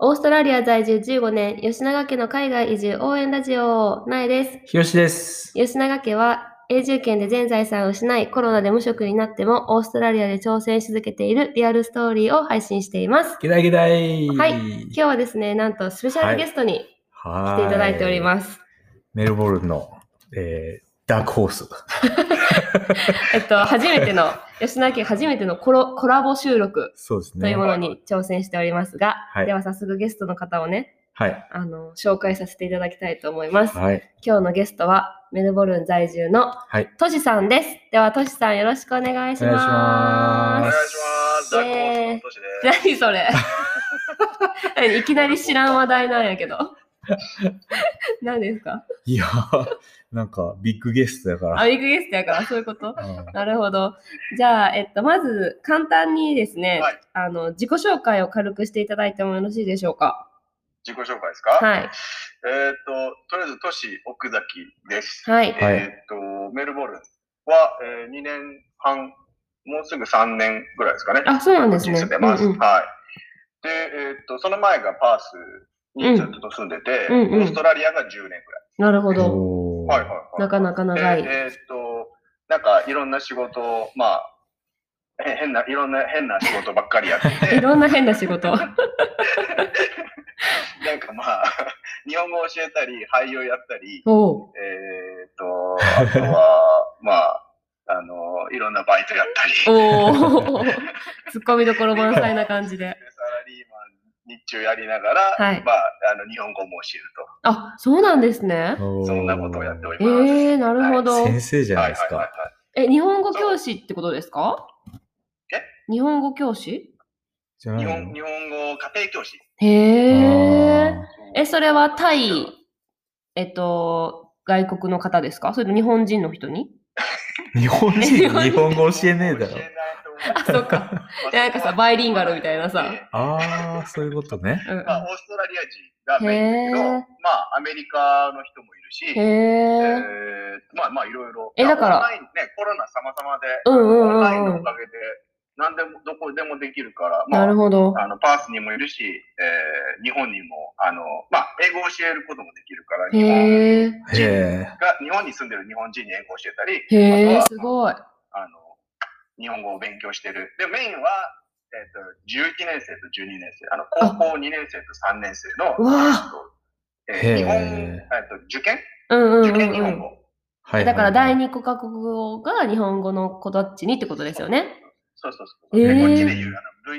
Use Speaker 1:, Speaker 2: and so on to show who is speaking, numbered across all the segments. Speaker 1: オーストラリア在住15年、吉永家の海外移住応援ラジオ、苗です。
Speaker 2: ひろしです。
Speaker 1: 吉永家は永住権で全財産を失い、コロナで無職になっても、オーストラリアで挑戦し続けているリアルストーリーを配信しています。
Speaker 2: ゲダゲダイ。
Speaker 1: はい今日はですね、なんとスペシャルゲストに来
Speaker 2: は
Speaker 1: ていただいており
Speaker 2: す。
Speaker 1: ます。
Speaker 2: メルボルンの、えー、ダークホース。
Speaker 1: えっと、初めての、吉永家初めてのコロコラボ収録
Speaker 2: そうですね。
Speaker 1: というものに挑戦しておりますが、
Speaker 2: はい
Speaker 1: では早速ゲストの方をね、
Speaker 2: はい。
Speaker 1: あの、紹介させていただきたいと思います。
Speaker 2: はい。
Speaker 1: 今日のゲストはメルボルン在住の
Speaker 2: はい
Speaker 1: トシさんです。ではトシさんよろしくお願いし
Speaker 2: お
Speaker 1: ま
Speaker 2: 願
Speaker 3: お
Speaker 2: い
Speaker 3: 願
Speaker 2: し
Speaker 3: い
Speaker 1: す。
Speaker 3: します。ダークホースの年で
Speaker 1: 何
Speaker 3: す。
Speaker 1: それ 何いきなり知らん話題なんやけど。 何ですか
Speaker 2: いやー、なんかビッグゲストだか
Speaker 1: ア
Speaker 2: ら。
Speaker 1: ビッグゲストやからそういうこと
Speaker 2: うん
Speaker 1: なるほど。じゃあ、えっと、まず簡単にですね、
Speaker 3: はい
Speaker 1: あの自己紹介を軽くしていただいてもよろしいでしょうか。
Speaker 3: 自己紹介ですか、
Speaker 1: はい。
Speaker 3: えーっと、とりあえず、都市奥崎です。
Speaker 1: はい。
Speaker 2: い
Speaker 3: えーっと、メルボルンは、え2年半、もうすぐ3年ぐらいですかね。
Speaker 1: あ、そうなん
Speaker 3: こ
Speaker 1: で
Speaker 3: っ
Speaker 1: す
Speaker 3: ち
Speaker 1: ね。
Speaker 3: に住んでます。
Speaker 1: うんうん
Speaker 3: はい。で、えーっと、その前がパースにずっと住んでて、
Speaker 1: うんうんうん
Speaker 3: オーストラリアが10年ぐらい。
Speaker 1: なるほど。
Speaker 2: おー
Speaker 3: はいはいはい。
Speaker 1: なかなか長い。
Speaker 3: でえーっと、なんかいろんな仕事を、まあ、へ変な、いろんな変な仕事ばっかりやってて
Speaker 1: い、ろんな変な仕事。
Speaker 3: なんかまあ、 日本語を教えたり、俳優やったり、
Speaker 1: おう
Speaker 3: えーっ と、あとは、まあ、あの、いろんなバイト やったり、
Speaker 1: おお。 ツッコミどころ満載な感じで
Speaker 3: サ。ラリーマン、日中やりながら、
Speaker 1: はい
Speaker 3: まあ、あの、日本語も教える
Speaker 1: あ、そうなんですね。
Speaker 2: お
Speaker 3: と、
Speaker 2: ー
Speaker 3: そんなことをやっており
Speaker 1: え
Speaker 3: ます。
Speaker 1: ー、なるほど。
Speaker 2: 先生じゃないです
Speaker 3: はいはい
Speaker 2: か。
Speaker 3: はいはい
Speaker 1: え、日本語教師ってことですか
Speaker 3: え
Speaker 1: 日本語教師
Speaker 2: じゃな
Speaker 3: 日
Speaker 2: いの
Speaker 3: 本日本語家庭教師。
Speaker 1: へえ。え、
Speaker 3: そ
Speaker 1: それはタイ、えっと、外国の方ですかそれとも日本人の人に
Speaker 2: あー日本
Speaker 1: 日
Speaker 2: 人、
Speaker 1: 本人
Speaker 2: 日本語教えねえだろ
Speaker 3: 教。えない
Speaker 1: あ、
Speaker 3: と
Speaker 1: そ
Speaker 3: 思
Speaker 1: っか。
Speaker 3: う
Speaker 1: なんかさバイリンガルみたいなさ
Speaker 2: あー、そういうことね。
Speaker 1: うんうん
Speaker 3: まあ、オーストラリア人がメインだけど
Speaker 1: へー、
Speaker 3: まあ、アメリカの人もいるし、
Speaker 1: へ
Speaker 3: え
Speaker 1: え。
Speaker 3: ーまあまあいろいろ。
Speaker 1: えだから
Speaker 3: オンラインね、コロナ様々で、
Speaker 1: うんう
Speaker 3: オン
Speaker 1: ん
Speaker 3: ライン
Speaker 1: う
Speaker 3: の
Speaker 1: んう
Speaker 3: お
Speaker 1: ん。
Speaker 3: かげで、何でも、どこでもできるから、ま
Speaker 1: なる
Speaker 3: あ、
Speaker 1: ほど。
Speaker 3: あの、パースにもいるし、えー日本にも、あの、まあ、英語を教えることもできるから、日本
Speaker 1: へえ。
Speaker 2: へ
Speaker 3: が、日本に住んでる日本人に英語を教えたり、
Speaker 1: へ
Speaker 3: あと
Speaker 1: え、
Speaker 3: は
Speaker 1: すごい。
Speaker 3: あの、日本語を勉強してる。で、メインは、えっ、と、11年生と12年生、あの、高校2年生と3年生の、
Speaker 1: うわ
Speaker 3: えっと
Speaker 2: へー
Speaker 3: えー日本、えっと、受験
Speaker 1: うんうん
Speaker 3: 受
Speaker 1: うん
Speaker 3: 験日
Speaker 1: う
Speaker 3: 本
Speaker 1: ん
Speaker 3: 語。。
Speaker 2: え。
Speaker 1: だから第
Speaker 2: 二
Speaker 1: 二個外国語が日本語の子たちにってことですよね。
Speaker 3: そうそうそう。で
Speaker 1: えー
Speaker 3: こっちで言うあの VCE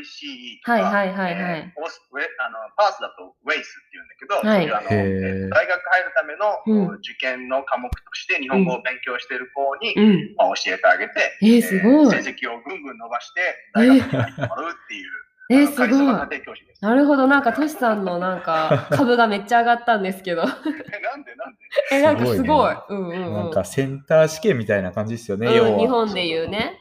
Speaker 3: とか、
Speaker 1: はいはいはいは
Speaker 3: え
Speaker 1: い。
Speaker 3: ーオスウェあのパースだとウェイスって言うんだけど、
Speaker 1: はい
Speaker 3: そういうあの
Speaker 2: へー
Speaker 3: えー大学入るための、
Speaker 1: うん
Speaker 3: 受験の科目として日本語を勉強してる子に、
Speaker 1: うん。
Speaker 3: まあ、教えてあげて、
Speaker 1: えーすごい
Speaker 3: 成績をぐんぐん伸ばして大学に入ってもらうっていう、
Speaker 1: え
Speaker 3: あ
Speaker 1: ー、
Speaker 3: の
Speaker 1: す
Speaker 3: カリス
Speaker 1: ご
Speaker 3: マ
Speaker 1: い。
Speaker 3: 家庭教師です。
Speaker 1: なるほど、なんかトシさんのなん か株がめっちゃ上がったんですけど。
Speaker 3: えなんでなんで
Speaker 1: え、なんかす
Speaker 2: す
Speaker 1: ご
Speaker 2: ご
Speaker 1: い
Speaker 2: いね。
Speaker 1: うんうん
Speaker 2: なん
Speaker 1: うん。
Speaker 2: かセンター試験みたいな感じですよね、要
Speaker 1: うん、
Speaker 2: は。
Speaker 1: 日本で言うね。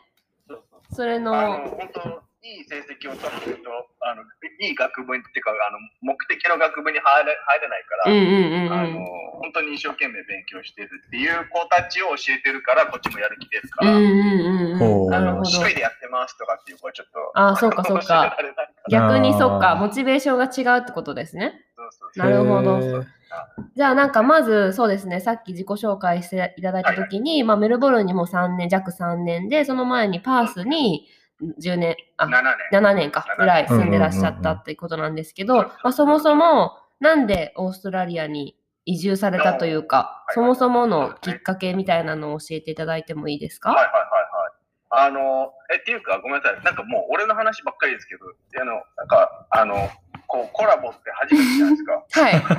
Speaker 3: そうそう
Speaker 1: それ
Speaker 3: あ
Speaker 1: の
Speaker 3: の、本当いい成績を取らないとあのいい学部にっていうかあの目的の学部に入れ入れないから、
Speaker 1: うんうんうん
Speaker 3: あの
Speaker 1: うん。
Speaker 3: 本当に一生懸命勉強してるっていう子たちを教えてるから、こっちもやる気出るか
Speaker 1: うん
Speaker 3: ら、
Speaker 1: うんうんう
Speaker 2: ほ
Speaker 1: ん。
Speaker 2: う
Speaker 1: なるほど。
Speaker 3: 一人でやってますとかっていう子はちょっと、
Speaker 1: あーそうかそうか
Speaker 3: 教えられないから
Speaker 1: 逆にそっか、
Speaker 2: あー
Speaker 1: モチベーションが違うってことですね。
Speaker 3: そうそう
Speaker 1: なるほど
Speaker 2: へー
Speaker 1: じゃあなんかまずそうですね、さっき自己紹介していただいたときに、まあメルボルンにも3年、弱3年で、その前にパースに10年、あ、
Speaker 3: 7年。
Speaker 1: 7年か
Speaker 3: 7年
Speaker 1: ぐらい住んでらっしゃったっていうことなんですけど、
Speaker 3: うんうんうん
Speaker 1: まあ、そもそもなんでオーストラリアに移住されたというか、
Speaker 3: はい
Speaker 1: そもそものきっかけみたいなのを教えていただいてもいいですか、。
Speaker 3: はいはいはいはい。あの、え、っていうか、ごめんなさい。なんかもう俺の話ばっかりですけど、あの、なんか、あの、こう、コラボって初めてじゃないですか
Speaker 1: はい。
Speaker 3: なん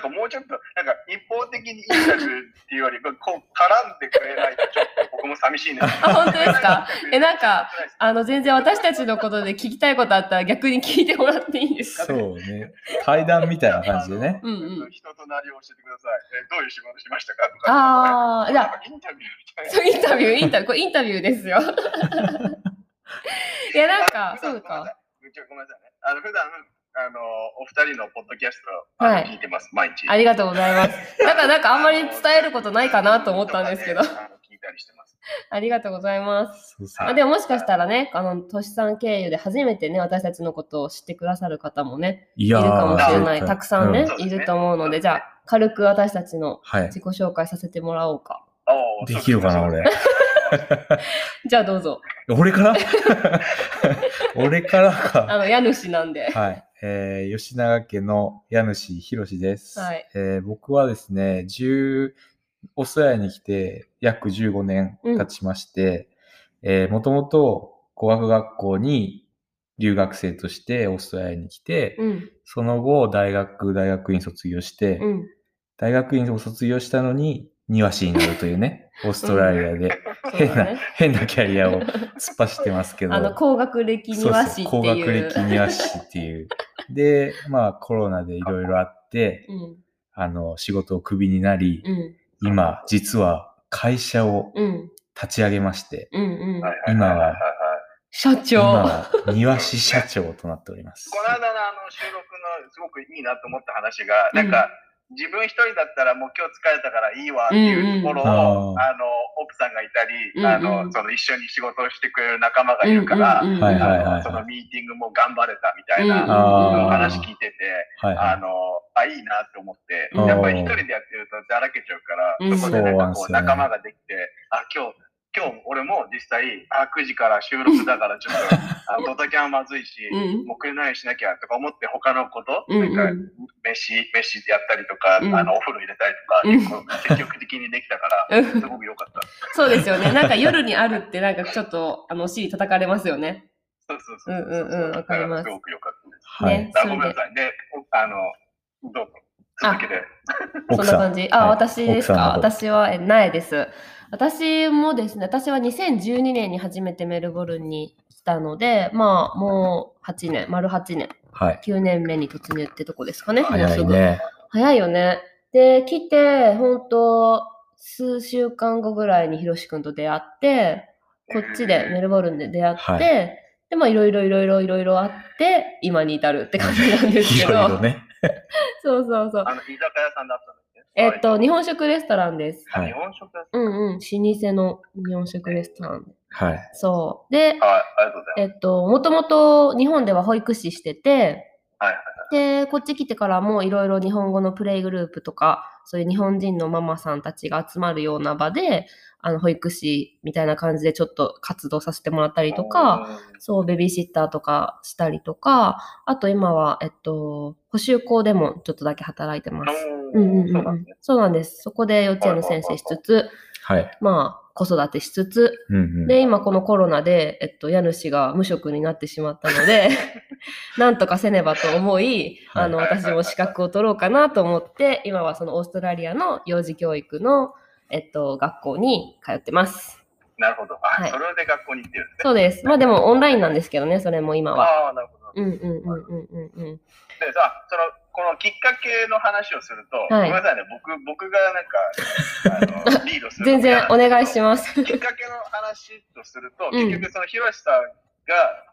Speaker 3: かもうちょっと、なんか一方的にインタビューっていうより、こう、絡んでくれないと、ちょっと僕も寂しいんですけど
Speaker 1: あ本当です かえ、なんか、
Speaker 3: ないです
Speaker 1: あの、全然私たちのことで聞きたいことあったら逆に聞いてもらっていいですか
Speaker 2: そうね。対談みたいな感じでね。
Speaker 1: うんうん
Speaker 3: 人となりを教えてください。えどういう仕事しましたかとか。
Speaker 1: ああ、じゃあ
Speaker 3: なんかインタビューみたいな。
Speaker 1: そう、インタビュー、インタビュー、これインタビューです よ。いや、なんか、そうか。。
Speaker 3: ごめんなさいね。あの普段あのお二人のポッドキャストを、
Speaker 1: はい
Speaker 3: あの聞いてます毎日。
Speaker 1: ありがとうございます。なんか、なんかあんまり伝えることないかなと思ったんですけど
Speaker 3: あ。の聞いたりしてます。
Speaker 1: ありがとうございます。
Speaker 2: そうそ
Speaker 3: は
Speaker 2: う
Speaker 3: い
Speaker 1: あでももしかしたらね、あの、としさん経由で初めてね、私たちのことを知ってくださる方もね、
Speaker 2: い
Speaker 1: いる
Speaker 2: やー
Speaker 1: かもしれない。
Speaker 2: そう
Speaker 1: たくさんね
Speaker 2: う、
Speaker 3: そうです
Speaker 1: い
Speaker 3: ね
Speaker 1: ると思うので、じゃ
Speaker 3: そうで
Speaker 1: あ、軽く私たちの
Speaker 2: はい。
Speaker 1: 自己紹介させてもらおうか。
Speaker 3: おー
Speaker 2: できるかな、。
Speaker 3: そう
Speaker 2: 俺。
Speaker 1: じゃあどうぞ。
Speaker 2: 俺から 俺から
Speaker 1: あ
Speaker 2: か。
Speaker 1: の、家主なんで。
Speaker 2: はい。えー、吉永家の家主博士です。
Speaker 1: はい
Speaker 2: えー僕はですね、10、オーストラリアに来て約15年経ちまして、えーもともと語学学校に留学生としてオーストラリアに来て、
Speaker 1: うん、
Speaker 2: その後大学、大学院卒業して、
Speaker 1: うん。
Speaker 2: 大学院を卒業したのに庭師になるとい うね、オーストラリアで
Speaker 1: そう
Speaker 2: 変
Speaker 1: だ
Speaker 2: な、
Speaker 1: ね。
Speaker 2: 変なキャリア を突っ走ってますけど。
Speaker 1: あの、高学歴庭師っていう。
Speaker 2: そうそう高学歴庭師っていう。で、まあコロナでいろいろあって、
Speaker 1: うん、
Speaker 2: あの、仕事をクビになり、
Speaker 1: うん、
Speaker 2: 今、実は会社を
Speaker 1: うん、
Speaker 2: 立ち上げまして、
Speaker 1: うん、うん。
Speaker 3: はい
Speaker 2: 今は
Speaker 3: はいはいはい
Speaker 1: 社長。
Speaker 2: 今は庭師社長となっております。
Speaker 3: この間のあの収録のすごくいいなと思った話が、なんか、自分一人だったらもう今日疲れたからいいわっていうところ
Speaker 2: うんう
Speaker 3: を、
Speaker 2: ん
Speaker 3: あの、奥さんがいたり、
Speaker 1: うんうん
Speaker 3: あの、その一緒に仕事をしてくれる仲間がいるから、
Speaker 1: うんうんうん
Speaker 2: はいはい
Speaker 3: あのそのミーティングも頑張れたみたいな、
Speaker 2: あー
Speaker 3: うん話聞いてて、
Speaker 2: はい
Speaker 3: あ
Speaker 2: は
Speaker 3: の、あ、いいなって思って、
Speaker 1: うん
Speaker 3: やっぱり一人でやってるとだらけちゃうから、
Speaker 1: うん
Speaker 3: そこでなんかこ
Speaker 2: そう
Speaker 3: う
Speaker 2: なんですよね
Speaker 3: 仲間ができて、あ、今日、今日俺も実際、あ、9時から収録だからちょっ と、あドタキャンまずいし、
Speaker 1: うん、
Speaker 3: 目標のようにしなきゃとか思って他のこと、
Speaker 1: うん、う
Speaker 3: なんか
Speaker 1: ん。
Speaker 3: 飯、飯やったりとか、
Speaker 1: うん
Speaker 3: あの、お風呂入れた
Speaker 1: う
Speaker 3: り
Speaker 1: ん
Speaker 3: とか、結構積極的にできたから、
Speaker 1: うん
Speaker 3: すごく良かった。
Speaker 1: そうですよね。なんか夜にあるって、なんかちょっと、あの、お尻叩かれますよね。
Speaker 3: そうそうそう。
Speaker 1: うんうんうんわかります
Speaker 3: だらすごく良かったです。
Speaker 2: い。は
Speaker 1: ね
Speaker 2: い。
Speaker 1: そ
Speaker 3: あ
Speaker 1: れで
Speaker 3: ごめんなさい。で、おあの、どうぞ。続けて。
Speaker 1: そん
Speaker 2: 奥
Speaker 1: な
Speaker 2: さん
Speaker 1: 感。じ。あ、
Speaker 2: はい
Speaker 1: 私ですか。
Speaker 2: 奥さんの
Speaker 1: 私は、え、ないです。私もですね、私は2012年に初めてメルボルンに来たので、まあ、もう8年、丸8年、
Speaker 2: はい。
Speaker 1: 9年目に突入ってとこですかね。もうすぐ
Speaker 2: 早いね。
Speaker 1: 早いよね。で、来て、本当数週間後ぐらいにひろしくんと出会って、こっちでメルボルンで出会って、
Speaker 2: はい
Speaker 1: で、まあ、いろいろいろいろいろいろあって、今に至るって感じなんです
Speaker 2: い
Speaker 1: けど。
Speaker 2: ろいろね。
Speaker 1: そうそうそう。
Speaker 3: あの、居酒屋さんだったんですね。
Speaker 1: えっと、日本食レストランです。
Speaker 2: は
Speaker 3: 日
Speaker 2: い。
Speaker 3: 本食屋さん
Speaker 1: うんうん、老舗の日本食レストラン。
Speaker 2: はい。
Speaker 1: そう。で、
Speaker 3: はい、ありがとうございます。
Speaker 1: えっと、もともと日本では保育士してて、
Speaker 3: はいはい
Speaker 1: で、こっち来てからもいろいろ日本語のプレイグループとか、そういう日本人のママさんたちが集まるような場で、あの、保育士みたいな感じでちょっと活動させてもらったりとか、そう、ベビーシッターとかしたりとか、あと今は、えっと、補修校でもちょっとだけ働いてます。
Speaker 3: う、
Speaker 1: うんんうんう
Speaker 3: そうんな
Speaker 1: うんん
Speaker 3: ですね。
Speaker 1: そうなんです。そこで幼稚園の先生しつつ、
Speaker 2: はい。
Speaker 1: まあ、子育てしつつ、
Speaker 2: うんうん。
Speaker 1: で、今このコロナで、えっと、家主が無職になってしまったの で、なんとかせねばと思い、
Speaker 2: はい
Speaker 1: あの、私も資格を取ろうかなと思って、今はそのオーストラリアの幼児教育の、えっと、学校に通ってます。
Speaker 3: なるほど。あ
Speaker 1: はい
Speaker 3: それで学校に行ってるんですね。
Speaker 1: そうです。まあでもオンラインなんですけどね、それも今は。
Speaker 3: ああ、なるほど。
Speaker 1: う
Speaker 3: で
Speaker 1: んうんうんうんうんうん。
Speaker 3: さ、その、このきっかけの話をすると、
Speaker 1: はい
Speaker 3: ごめんなさいね、僕、僕がなんか、 あの、リードする。
Speaker 1: 全然お願いし
Speaker 3: ま
Speaker 1: ます。
Speaker 3: す。きっかけの話とすると、
Speaker 1: ん
Speaker 3: 結局その、ひろしさんが、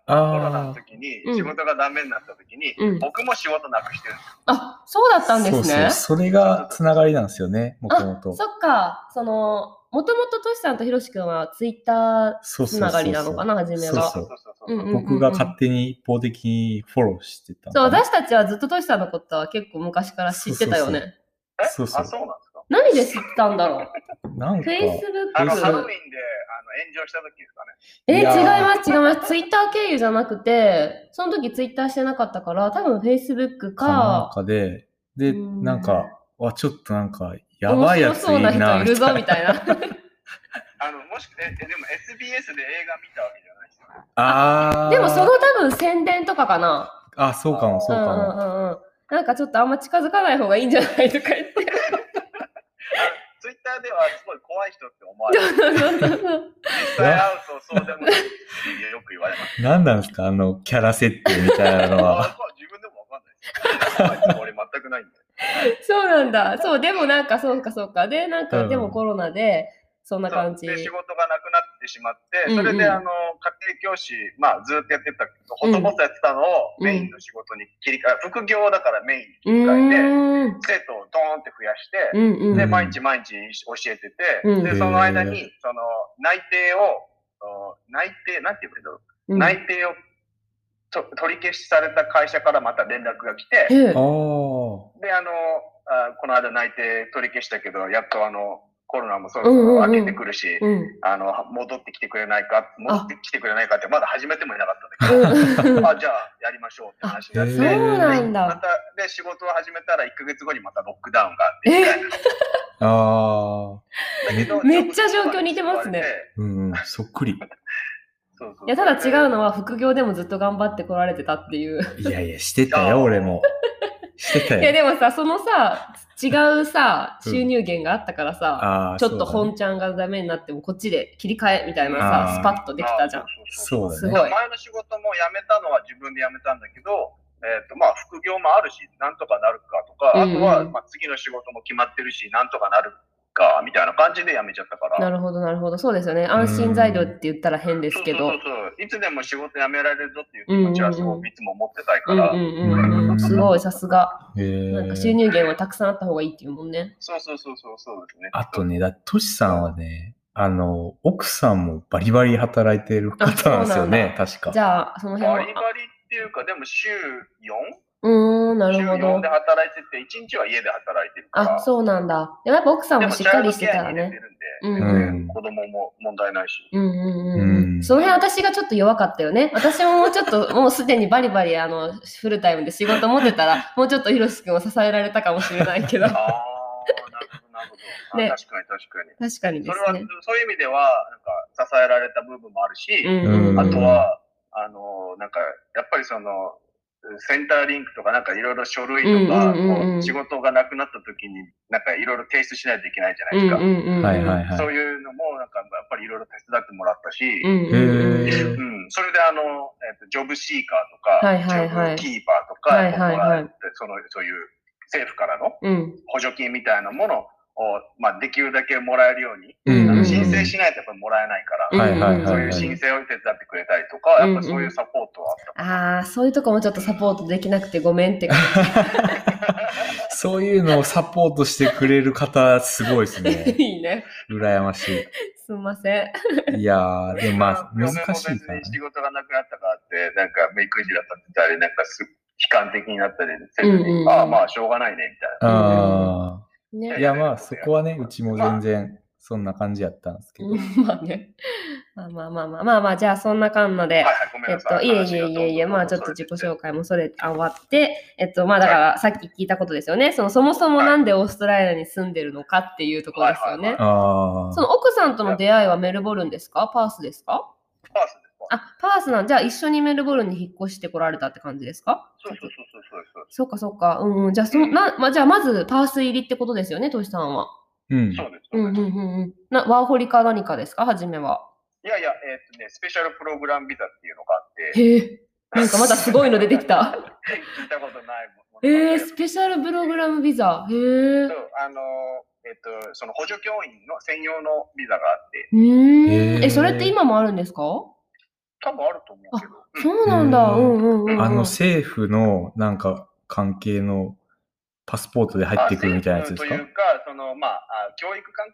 Speaker 3: コロナの
Speaker 2: あ
Speaker 3: 時に
Speaker 1: うん
Speaker 3: 仕事がダメになった時に、
Speaker 1: うん
Speaker 3: 僕も仕事なくしてるんです
Speaker 1: あ、そうだ
Speaker 2: あ。
Speaker 1: ったんですね。
Speaker 2: そうそう。それがつながりなんですよね、もとも
Speaker 1: あ、
Speaker 2: と。
Speaker 1: そっか。その、もともとトシさんとヒロシ君はツイッタ
Speaker 2: そ
Speaker 1: ーつながりなのかな、初め
Speaker 2: そう
Speaker 1: は。
Speaker 2: そう
Speaker 3: そうそう
Speaker 1: うんうんうん
Speaker 2: 僕が勝手に一方的にフォローしてたの
Speaker 1: そう、
Speaker 2: かな
Speaker 1: 私たちはずっとトシさんのことは結構昔から知ってたよね。
Speaker 2: そうそうそ
Speaker 3: え
Speaker 2: うそう
Speaker 3: あ、そうなんですか
Speaker 1: 何で知ったんだろう
Speaker 2: なんか
Speaker 1: ?Facebook?
Speaker 3: あの、
Speaker 2: そう
Speaker 3: ハロウィンで、あの、炎上した時ですかね。
Speaker 1: え、違い
Speaker 2: いやー
Speaker 1: ます、違います。Twitter 経由じゃなくて、その時 Twitter してなかったから、多分 Facebook
Speaker 2: かなん
Speaker 1: か、
Speaker 2: かで、で、
Speaker 1: うん
Speaker 2: なんか、わ、ちょっとなんか、や
Speaker 1: 面
Speaker 2: ばいや
Speaker 1: 白
Speaker 2: つ
Speaker 1: そ
Speaker 2: いうい
Speaker 1: な人
Speaker 2: な、
Speaker 1: いる
Speaker 2: み
Speaker 1: ぞ、
Speaker 2: た
Speaker 1: み
Speaker 2: いな。
Speaker 1: たいな。
Speaker 3: あの、もしくえ、えでも SBS で映画見たわけじゃないですよね。
Speaker 2: あ ー
Speaker 1: でもその多分宣伝とかかな。
Speaker 2: あ、そうかも、そうか
Speaker 1: ん
Speaker 2: も。
Speaker 1: うんうんうん。なんかちょっとあんま近づかない方がいいんじゃないとか言って。
Speaker 3: ツイッターではすごい怖い人って思われる。 実際会うとそうでもないってよく言われます。
Speaker 2: なんなんですかあの、キャラ設定みたいなのは。
Speaker 3: あ 自分でもわかんないです。怖いつもり全くないんで。
Speaker 1: そうなんだ。そう、でもなんかそうかそうか。で、なん
Speaker 2: う
Speaker 1: か
Speaker 2: ん
Speaker 1: でもコロナで、そんな感じ。
Speaker 3: そうで仕事がなくなっってしまって、
Speaker 1: うんうん
Speaker 3: それであの、家庭教師、まあずっとやってた、ほとぼとやってたのを
Speaker 1: うん
Speaker 3: メインの仕事に切り替え、副業だからメインに切
Speaker 1: う
Speaker 3: り替えて、
Speaker 1: ーん。
Speaker 3: 生徒をドーンって増やして、
Speaker 1: うんうん。
Speaker 3: で、
Speaker 2: うん
Speaker 3: 毎日毎日教えてて、
Speaker 1: うん
Speaker 3: で、その間
Speaker 2: へ
Speaker 3: に、その、内定を、お内定、なんて言うんだろう、
Speaker 1: うん
Speaker 3: 内定をと取り消しされた会社からまた連絡が来て、
Speaker 1: へえ
Speaker 2: ああ。
Speaker 3: で、あの、あこの間内定取り消したけど、やっとあの、コロナもそろ
Speaker 1: うん
Speaker 3: そ
Speaker 1: うんう
Speaker 3: ろ
Speaker 1: ん
Speaker 3: 明けてくるし、
Speaker 1: うん。
Speaker 3: あの、戻ってきてくれないか、戻ってきてくれないかって、まだ始めてもいなかったんだけど、
Speaker 1: うん
Speaker 3: あ、じゃあやりましょうって話になって、
Speaker 2: あ
Speaker 1: そうなん
Speaker 3: ま
Speaker 1: だ。
Speaker 3: た、で、仕事を始めたら1ヶ月後にまたロックダウンがあって、
Speaker 1: え
Speaker 2: ああ。
Speaker 3: だけど
Speaker 1: めっちゃ状況似てますね
Speaker 2: うんうん、そっくり。
Speaker 3: そうそうそう
Speaker 1: いや、ただ違うのは、副業でもずっと頑張ってこられてたっていう。
Speaker 2: いやいや、してたよ、俺も。してた
Speaker 1: いや、
Speaker 2: よ。
Speaker 1: でもさ、そのさ、違うさ、
Speaker 2: うん
Speaker 1: 収入源があったからさ、
Speaker 2: ああ、
Speaker 1: ちょっと
Speaker 2: そうだね
Speaker 1: 本ちゃんがダメになっても、こっちで切り替えみたいなさ
Speaker 2: あ、ー
Speaker 1: スパッとできたじゃ
Speaker 3: あ
Speaker 1: ん。
Speaker 2: そうだね。
Speaker 1: すごい
Speaker 3: 前の仕事も辞めたのは自分で辞めたんだけど、えっとまあ、副業もあるし、なんとかなるかとか、あと
Speaker 1: う
Speaker 3: は
Speaker 1: んうん
Speaker 3: まあ次の仕事も決まってるし、なんとかなるかみたいな感じで辞めちゃったから。
Speaker 1: なるほど、なるほど。そうですよね。安心材料って言ったら変ですけど
Speaker 3: そう。そうそうそういつでも仕事辞められるぞっていう気持ちはすごくいつも持ってたいか
Speaker 1: うんうん
Speaker 3: ら、
Speaker 1: うんうん。すごい、さすが。
Speaker 2: へー
Speaker 1: なんか収入源はたくさんあった方がいいっていうもんね。
Speaker 3: そうそうそうそうそうですね。
Speaker 2: あとね、だトシさんはね、あの、奥さんもバリバリ働いてる方なんですよね、確か。
Speaker 1: じゃあ、その
Speaker 3: バ
Speaker 1: 辺
Speaker 3: リバ
Speaker 1: は。
Speaker 3: リっていうか、でも週 4?
Speaker 1: うーん、な
Speaker 3: 週
Speaker 1: るほ
Speaker 3: 4
Speaker 1: ど
Speaker 3: で。働いてて、1日は家で働いてるから。
Speaker 1: あ、そうなんだ。でもやっぱ奥さん
Speaker 3: で
Speaker 1: も
Speaker 3: も
Speaker 1: し
Speaker 3: チ
Speaker 1: っか
Speaker 3: ャイル
Speaker 1: り
Speaker 3: ド
Speaker 1: して
Speaker 3: ケ
Speaker 1: た
Speaker 3: ア
Speaker 1: ら
Speaker 3: に入れ
Speaker 1: ね
Speaker 3: て。るんで
Speaker 1: うん
Speaker 2: うん
Speaker 3: 全然子供も問題ないし。
Speaker 1: うんうんうんう、
Speaker 2: うんん
Speaker 1: その辺私がちょっと弱かったよね。私ももうちょっと、もうすでにバリバリあの、フルタイムで仕事持ってたら、もうちょっとヒロシ君を支えられたかもしれないけ ど
Speaker 3: あ。あ、なるほど、なるほど。
Speaker 1: ね
Speaker 3: あ確かに、確かに。
Speaker 1: 確かにで
Speaker 3: それは、
Speaker 1: すね。
Speaker 3: そういう意味では、なんか、支えられた部分もあるし、
Speaker 1: うんうん
Speaker 3: あとは、あの、なんか、やっぱりその、センターリンクとか、なんかいろいろ書類と
Speaker 1: う
Speaker 3: か、
Speaker 1: んうんうんうん
Speaker 3: こう仕事がなくなった時に、なんかいろいろ提出しないといけないじゃな
Speaker 1: う
Speaker 3: い
Speaker 1: ん
Speaker 3: ですか。
Speaker 1: うんうんうん。
Speaker 2: はいはいは
Speaker 3: そう
Speaker 2: い。
Speaker 3: いうのも、なんか、やっぱりいろいろ手伝ってもらったし、
Speaker 1: うんうんうん
Speaker 2: へー
Speaker 3: うん、それであの、えっとジョブシーカーとか、
Speaker 1: はいはいはい
Speaker 3: ジョブキーパーとか、
Speaker 1: はいはいはい
Speaker 3: ここらそのそういう政府からの
Speaker 1: うん。
Speaker 3: 補助金みたいなものを、まあ、できるだけもらえるように、
Speaker 1: うん
Speaker 3: あ
Speaker 1: う
Speaker 3: の
Speaker 1: ん
Speaker 3: 申請しないとやっぱりもらえないから、
Speaker 2: はいはい
Speaker 1: うん
Speaker 2: は
Speaker 3: そう
Speaker 2: い
Speaker 3: いう
Speaker 2: は
Speaker 3: 申
Speaker 2: い。
Speaker 3: 請を手伝ってくれたりとか、
Speaker 1: うんうん
Speaker 3: やっぱそういうサポートはあった。
Speaker 1: ああ、そういうとこもちょっとサポートできなくてごめんって感
Speaker 2: そういうのをサポートしてくれる方、すごいです
Speaker 1: じ。。
Speaker 2: ね
Speaker 1: いいね。
Speaker 2: 羨まし
Speaker 1: すんません。
Speaker 2: い。いやー、でもまあ、
Speaker 3: 嫁
Speaker 2: 難
Speaker 3: も
Speaker 2: しい
Speaker 3: 別
Speaker 2: からね
Speaker 3: に。仕事がなくなったからって、なんかメイクジだったったり、なんかす悲観的になったりせず
Speaker 1: うん
Speaker 3: に、
Speaker 1: うんうん
Speaker 3: ああ、まあしょうがないね、みたいな。
Speaker 2: ああ。い
Speaker 1: ね。
Speaker 2: やまあ、そこはね、うちも全然、そんな感じやったんですけど。
Speaker 1: まあね。まあまあまあまあまあまあ、じゃあそんなかんなで。
Speaker 3: はいはい、ごめん
Speaker 1: えっ
Speaker 3: なさ
Speaker 1: と、
Speaker 3: い。
Speaker 1: いえいえいえいえ、まあちょっと自己紹介もそれ終わって、えっと、まあだからさっき聞いたことですよね。そのそもそもなんでオーストラリアに住んでるのかっていうところですよ
Speaker 3: はいはい
Speaker 1: ね
Speaker 3: は。
Speaker 2: あ
Speaker 1: そ
Speaker 2: あ。
Speaker 1: の奥さんとの出会いはメルボルンですかパースですか
Speaker 3: パースですか
Speaker 1: あ、パースなんじゃあ一緒にメルボルンに引っ越してこられたって感じですか
Speaker 3: そうそうそうそうそう。
Speaker 1: そうかそうか。うんうん。じゃあそのな、まあ、じゃあまずパース入りってことですよね、トシさんは。
Speaker 2: うん。
Speaker 3: そうです。
Speaker 1: う
Speaker 3: そ
Speaker 1: ん
Speaker 3: う
Speaker 1: う
Speaker 3: で
Speaker 1: ん
Speaker 3: す
Speaker 1: うんうん。な、ワーホリか何かですかはじめは。
Speaker 3: いやいや、えっ、とね、スペシャルプログラムビザっていうのがあって、
Speaker 1: へえ。なんかまたすごいの出てきた。
Speaker 3: 聞いたことないものなん
Speaker 1: えー、
Speaker 3: です
Speaker 1: スペシャルプログラムビザ。へえ
Speaker 3: けど、。あのー、えっ、と、その補助教員の専用のビザがあって、
Speaker 1: うーん。
Speaker 2: へー
Speaker 1: え、それって今もあるんですか
Speaker 3: 多分あると思うけど、うん
Speaker 1: そうなんだ。
Speaker 2: へー
Speaker 1: うんうんうんうん。
Speaker 2: あの政府のなんか関係のパスポートで入ってくるみたいなやつです
Speaker 3: まあ
Speaker 2: か
Speaker 3: 政府というか、その、まあ、あ教育関係、